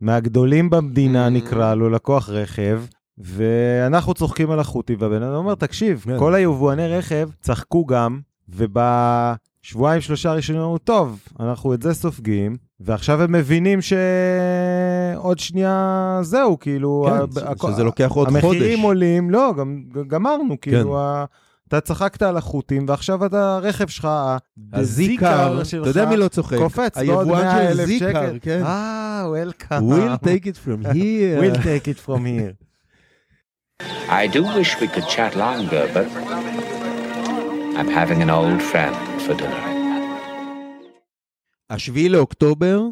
מהגדולים במדינה, נקרא לו, לקוח רכב. ואנחנו צוחקים על החותי, והבן אדם אומר, תקשיב, כן. כל היבואני רכב צחקו גם, ובשבועיים שלושה הראשונים אמרו, טוב, אנחנו את זה סופגים, ועכשיו הם מבינים שעוד שנייה זהו, כאילו... כן, ש- הכ- שזה לוקח עוד חודש. כן. המחירים עולים, לא, גם ג- גמרנו, כאילו, ה- אתה צחקת על החוטים, ועכשיו אתה, הרכב שלך, הזיקר, הזיקר שלך, אתה יודע מי לא צוחק? קופץ בעוד היבואן 100 של אלף זיקר, שקל. כן. אה, welcome. We'll take it from here. We'll take it from here. I do wish we could chat longer, but I'm having an old friend for dinner. השביעי לאוקטובר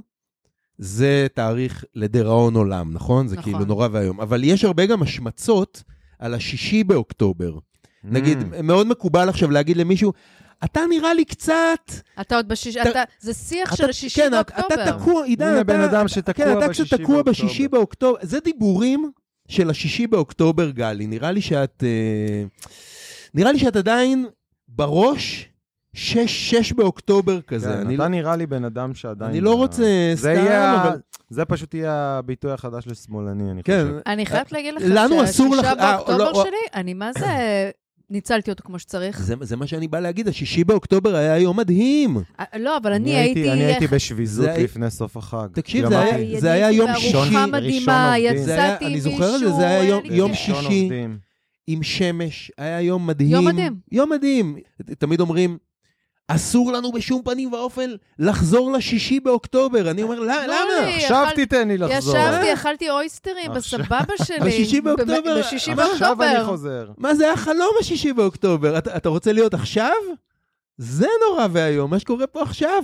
זה תאריך לדיראון עולם, נכון? זה נכון. כאילו נורא ואיום. אבל יש הרבה גם השמצות על השישי באוקטובר. Mm. נגיד, מאוד מקובל עכשיו להגיד למישהו, אתה נראה לי קצת... אתה עוד בשישי, אתה- אתה, זה שיח של אתה- השישי כן, באוקטובר. אתה תקוע, עידן, הנה אתה... בן אדם שתקוע כן, אתה בשישי קצת תקוע באוקטובר. בשישי באוקטובר. זה דיבורים של השישי באוקטובר, גלי. נראה לי שאת... אה, נראה לי שאת עדיין בראש שש, שש באוקטובר כזה. כן, אני לא- אתה נראה לי בן אדם שעדיין... אני לא רוצה זה סתם, יהיה ה- אבל- זה פשוט יהיה הביטוי החדש לשמאלני, אני כן, חושב. אני חייבת להגיד לך לנו אסור שהשישה לך- אה, באוקטובר לא, שלי, אני מה זה ניצלתי אותו כמו שצריך. זה, זה מה שאני בא להגיד, השישי באוקטובר היה יום מדהים. אה, לא, אבל אני אני הייתי הייתי... בשביזות זה- לפני סוף החג. תקשיב, כאילו, זה אמרתי, היה- זה היה יום שישי, ארוחה ראשון מדהימה, עובדים. יצאתי זה היה- עם מישהו... אני זוכר את זה, זה היה יום- היה לי יום כיף. שישי. ראשון עובדים. עם שמש, היה יום מדהים. יום מדהים. יום מדהים. ת- תמיד אומרים, אסור לנו בשום פנים ואופן לחזור לשישי באוקטובר. אני אומר, "לא, למה? לי. עכשיו אכל- תיתן לי לחזור. ישבתי, אכלתי אויסטרים עכשיו- בסבבה שלי. בשישי באוקטובר. במ- בשישי עכשיו אני באוקטובר. חוזר. מה זה החלום השישי באוקטובר? אתה, אתה רוצה להיות עכשיו? זה נורא ואיום, מה שקורה פה עכשיו.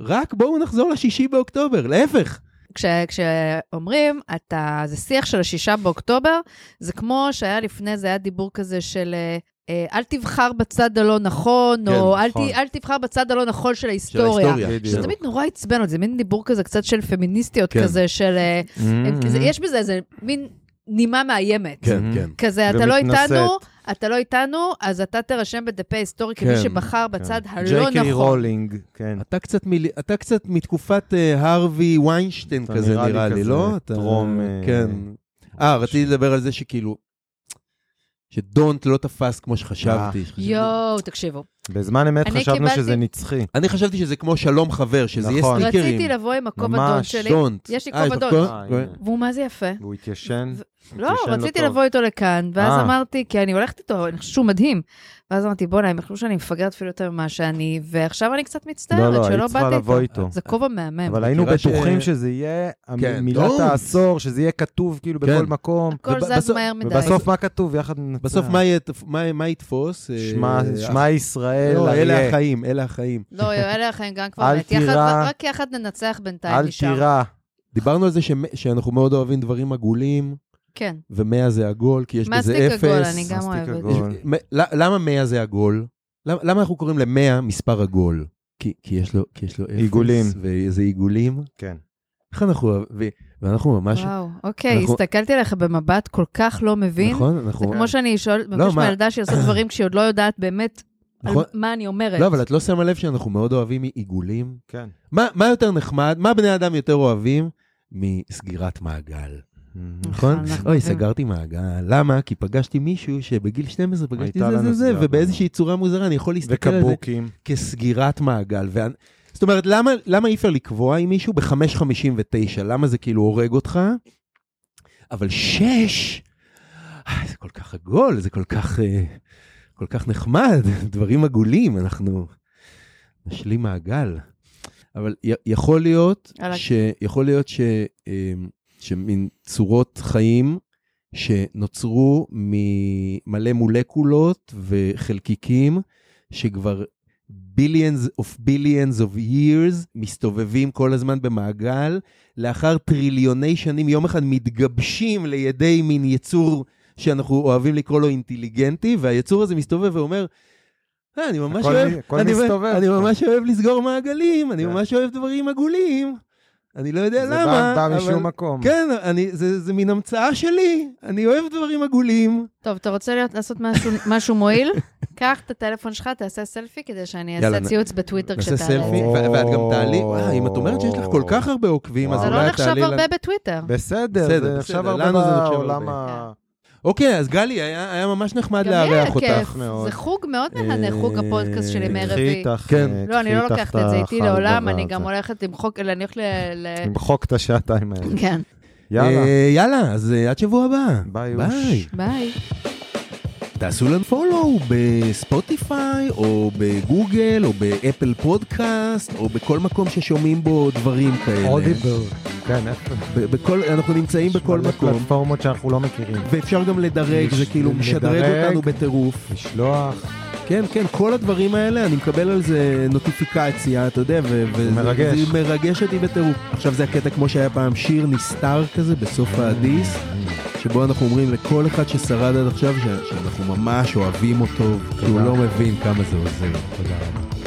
רק בואו נחזור לשישי באוקטובר, להפך. כש, כשאומרים, אתה, זה שיח של השישה באוקטובר, זה כמו שהיה לפני, זה היה דיבור כזה של אה, אה, אל תבחר בצד הלא נכון, כן, כן, או אל, ת, נכון. אל תבחר בצד הלא נכון של של ההיסטוריה. ההיסטוריה. שזה תמיד נורא עצבן אותי, זה מין דיבור כזה קצת של פמיניסטיות כן. כן. כזה, של... אה, Mm, זה, mm. יש בזה איזה מין נימה מאיימת. Mm-hmm. כן, Mm-hmm. כן. כזה, אתה לא ומתנשאת. איתנו, אתה לא איתנו, אז אתה תירשם בדפי ההיסטוריה כמי כן, שבחר בצד הלא ג'יי קיי נכון. רולינג, כן. אתה קצת, מיל... אתה קצת מתקופת אה, הרווי ויינשטיין אתה כזה נראה לי נראה לי, כזה לא? אתה- טרום, אה, כן. אה, רציתי לדבר על זה שכאילו, שדונט לא תפס כמו אה. שחשבתי. שחשבתי- יואו, תקשיבו. כן. בזמן אמת אני חשבנו קיבלתי- שזה נצחי. אני חשבתי שזה כמו שלום חבר, שזה יהיה נכון. סטיקרים. רציתי לבוא עם הכובע ממש, דון שלי. דונט. יש לי אה, כובע לך דונט. כובע? אה, הנה. והוא מה זה יפה. והוא התיישן. לא, תשאל אותו. רציתי לבוא איתו לכאן, ואז אה. אמרתי, כי אני הולכת איתו, אני חושבת שהוא מדהים. ואז אמרתי, בואנה, הם יחשבו שאני מפגרת אפילו יותר ממה שאני, ועכשיו אני קצת לא, מצטערת לא, שלא היית צריכה באתי לבוא איתו. איתו. זה כובע מהמם. אבל היינו מכירה ש- בטוחים שזה יהיה המ- כן, מילת דונט. העשור, שזה יהיה כתוב כאילו בכל כן. מקום. הכל ובסוף- זז מהר מדי. ובסוף מה כתוב? יחד ננצח. בסוף מה יתפ- מה- מה יתפוס? אה, אה. שמע- אה, שמע ישראל, לא, אלה אריה, החיים, אלה החיים. לא, אלה החיים גם כבר אל מת. יחד- תירא. רק יחד ננצח בינתיים אל נשאר. תירא. דיברנו על זה שמ- שאנחנו מאוד אוהבים דברים עגולים, כן. ומאה זה עגול, כי יש בזה מסטיק אפס. עגול, אני גם מסטיק אוהבת. עגול. יש- מ- ל- למה 100 זה עגול? למ- למה אנחנו קוראים ל-100 מספר עגול? כי, כי יש לו, כי יש לו אפס. עיגולים. ואיזה עיגולים. כן. איך אנחנו, אוהב- ו- ואנחנו ממש, וואו, אוקיי, אנחנו- הסתכלתי עליך במבט כל כך לא מבין. נכון? אנחנו... זה כמו שאני שואל, מבקש מה- מהילדה שלי לעשות דברים כשהיא עוד לא יודעת באמת על נכון. מה אני אומרת. לא, אבל את לא שמה לב שאנחנו מאוד אוהבים עיגולים? כן. מה, מה יותר נחמד, מה בני אדם יותר אוהבים? מסגירת מעגל. Mm-hmm. נכון? אנחנו אוי, אוהבים. סגרתי מעגל. למה? כי פגשתי מישהו שבגיל 12 פגשתי הייתה זה לנו זה זה, סגירת ובאיזושהי צורה מוזרה אני יכול להסתכל על זה וקבוקים. כסגירת מעגל. ואנ- זאת אומרת, למה, למה אי אפשר לקבוע עם מישהו ב-5.59? למה זה כאילו הורג אותך? אבל 6, זה כל כך עגול, זה כל כך, אה, כל כך נחמד, דברים עגולים, אנחנו נשלים מעגל. אבל י- יכול להיות, על ה- ש, יכול להיות ש, אה, שמין צורות חיים שנוצרו ממלא מולקולות וחלקיקים שכבר billions of billions of years מסתובבים כל הזמן במעגל, לאחר טריליוני שנים יום אחד מתגבשים לידי מין יצור שאנחנו אוהבים לקרוא לו אינטליגנטי, והיצור הזה מסתובב ואומר, "אה, אני ממש הכל אוהב, מ- הכל אני, מסתובב." אני ממש אוהב לסגור מעגלים, אני כן. ממש אוהב דברים עגולים, אני לא יודע זה למה, בא- בא אבל- משום מקום. כן, אני, זה, זה מין המצאה שלי, אני אוהב דברים עגולים. טוב, אתה רוצה להיות- לעשות משהו- משהו מועיל? קח את הטלפון שלך, תעשה סלפי כדי שאני יאללה, אעשה נ- ציוץ בטוויטר נעשה כשתעלה. את סלפי, זה. או. ו- ואת גם תעלי, וואי, אם את אומרת שיש לך כל כך הרבה עוקבים, אז וואו. זה אולי לא את תעלי... נחשב לנו- הרבה בטוויטר. בסדר, בסדר, זה בסדר, נחשב הרבה לנו זה נחשב בעולם הרבה. ה... אוקיי, אז גלי, היה היה ממש נחמד גם לי היה לארח אותך. כיף, מאוד. זה חוג מאוד אה, נהנה, חוג הפודקאסט שלי קחי מערבי. כן. אה, לא, אני לא לוקחת את זה איתי לעולם, אני גם הולכת למחוק, אני הולכת ל... ל- למחוק את השעתיים האלה. כן, יאללה, אה, יאללה, אז אה, עד שבוע הבא. ביי. ביי. אוש. ביי. תעשו לנו פולו בספוטיפיי, או בגוגל, או באפל פודקאסט, או בכל מקום ששומעים בו דברים כאלה. כן, איפה? ב- בכל- אנחנו נמצאים בכל מלא מקום. פלטפורמות שאנחנו לא מכירים. ואפשר גם לדרג, זה כאילו משדרג לדרג. אותנו בטירוף. לשלוח, כן, כן, כל הדברים האלה, אני מקבל על זה נוטיפיקציה, אתה יודע, ו- וזה מרגש. זה מרגש אותי בטירוף. עכשיו זה הקטע כמו שהיה פעם שיר נסתר כזה בסוף האדיס, שבו אנחנו אומרים לכל אחד ששרד עד עכשיו ש- שאנחנו ממש אוהבים אותו, כי הוא לא מבין כמה זה עוזר. תודה רבה.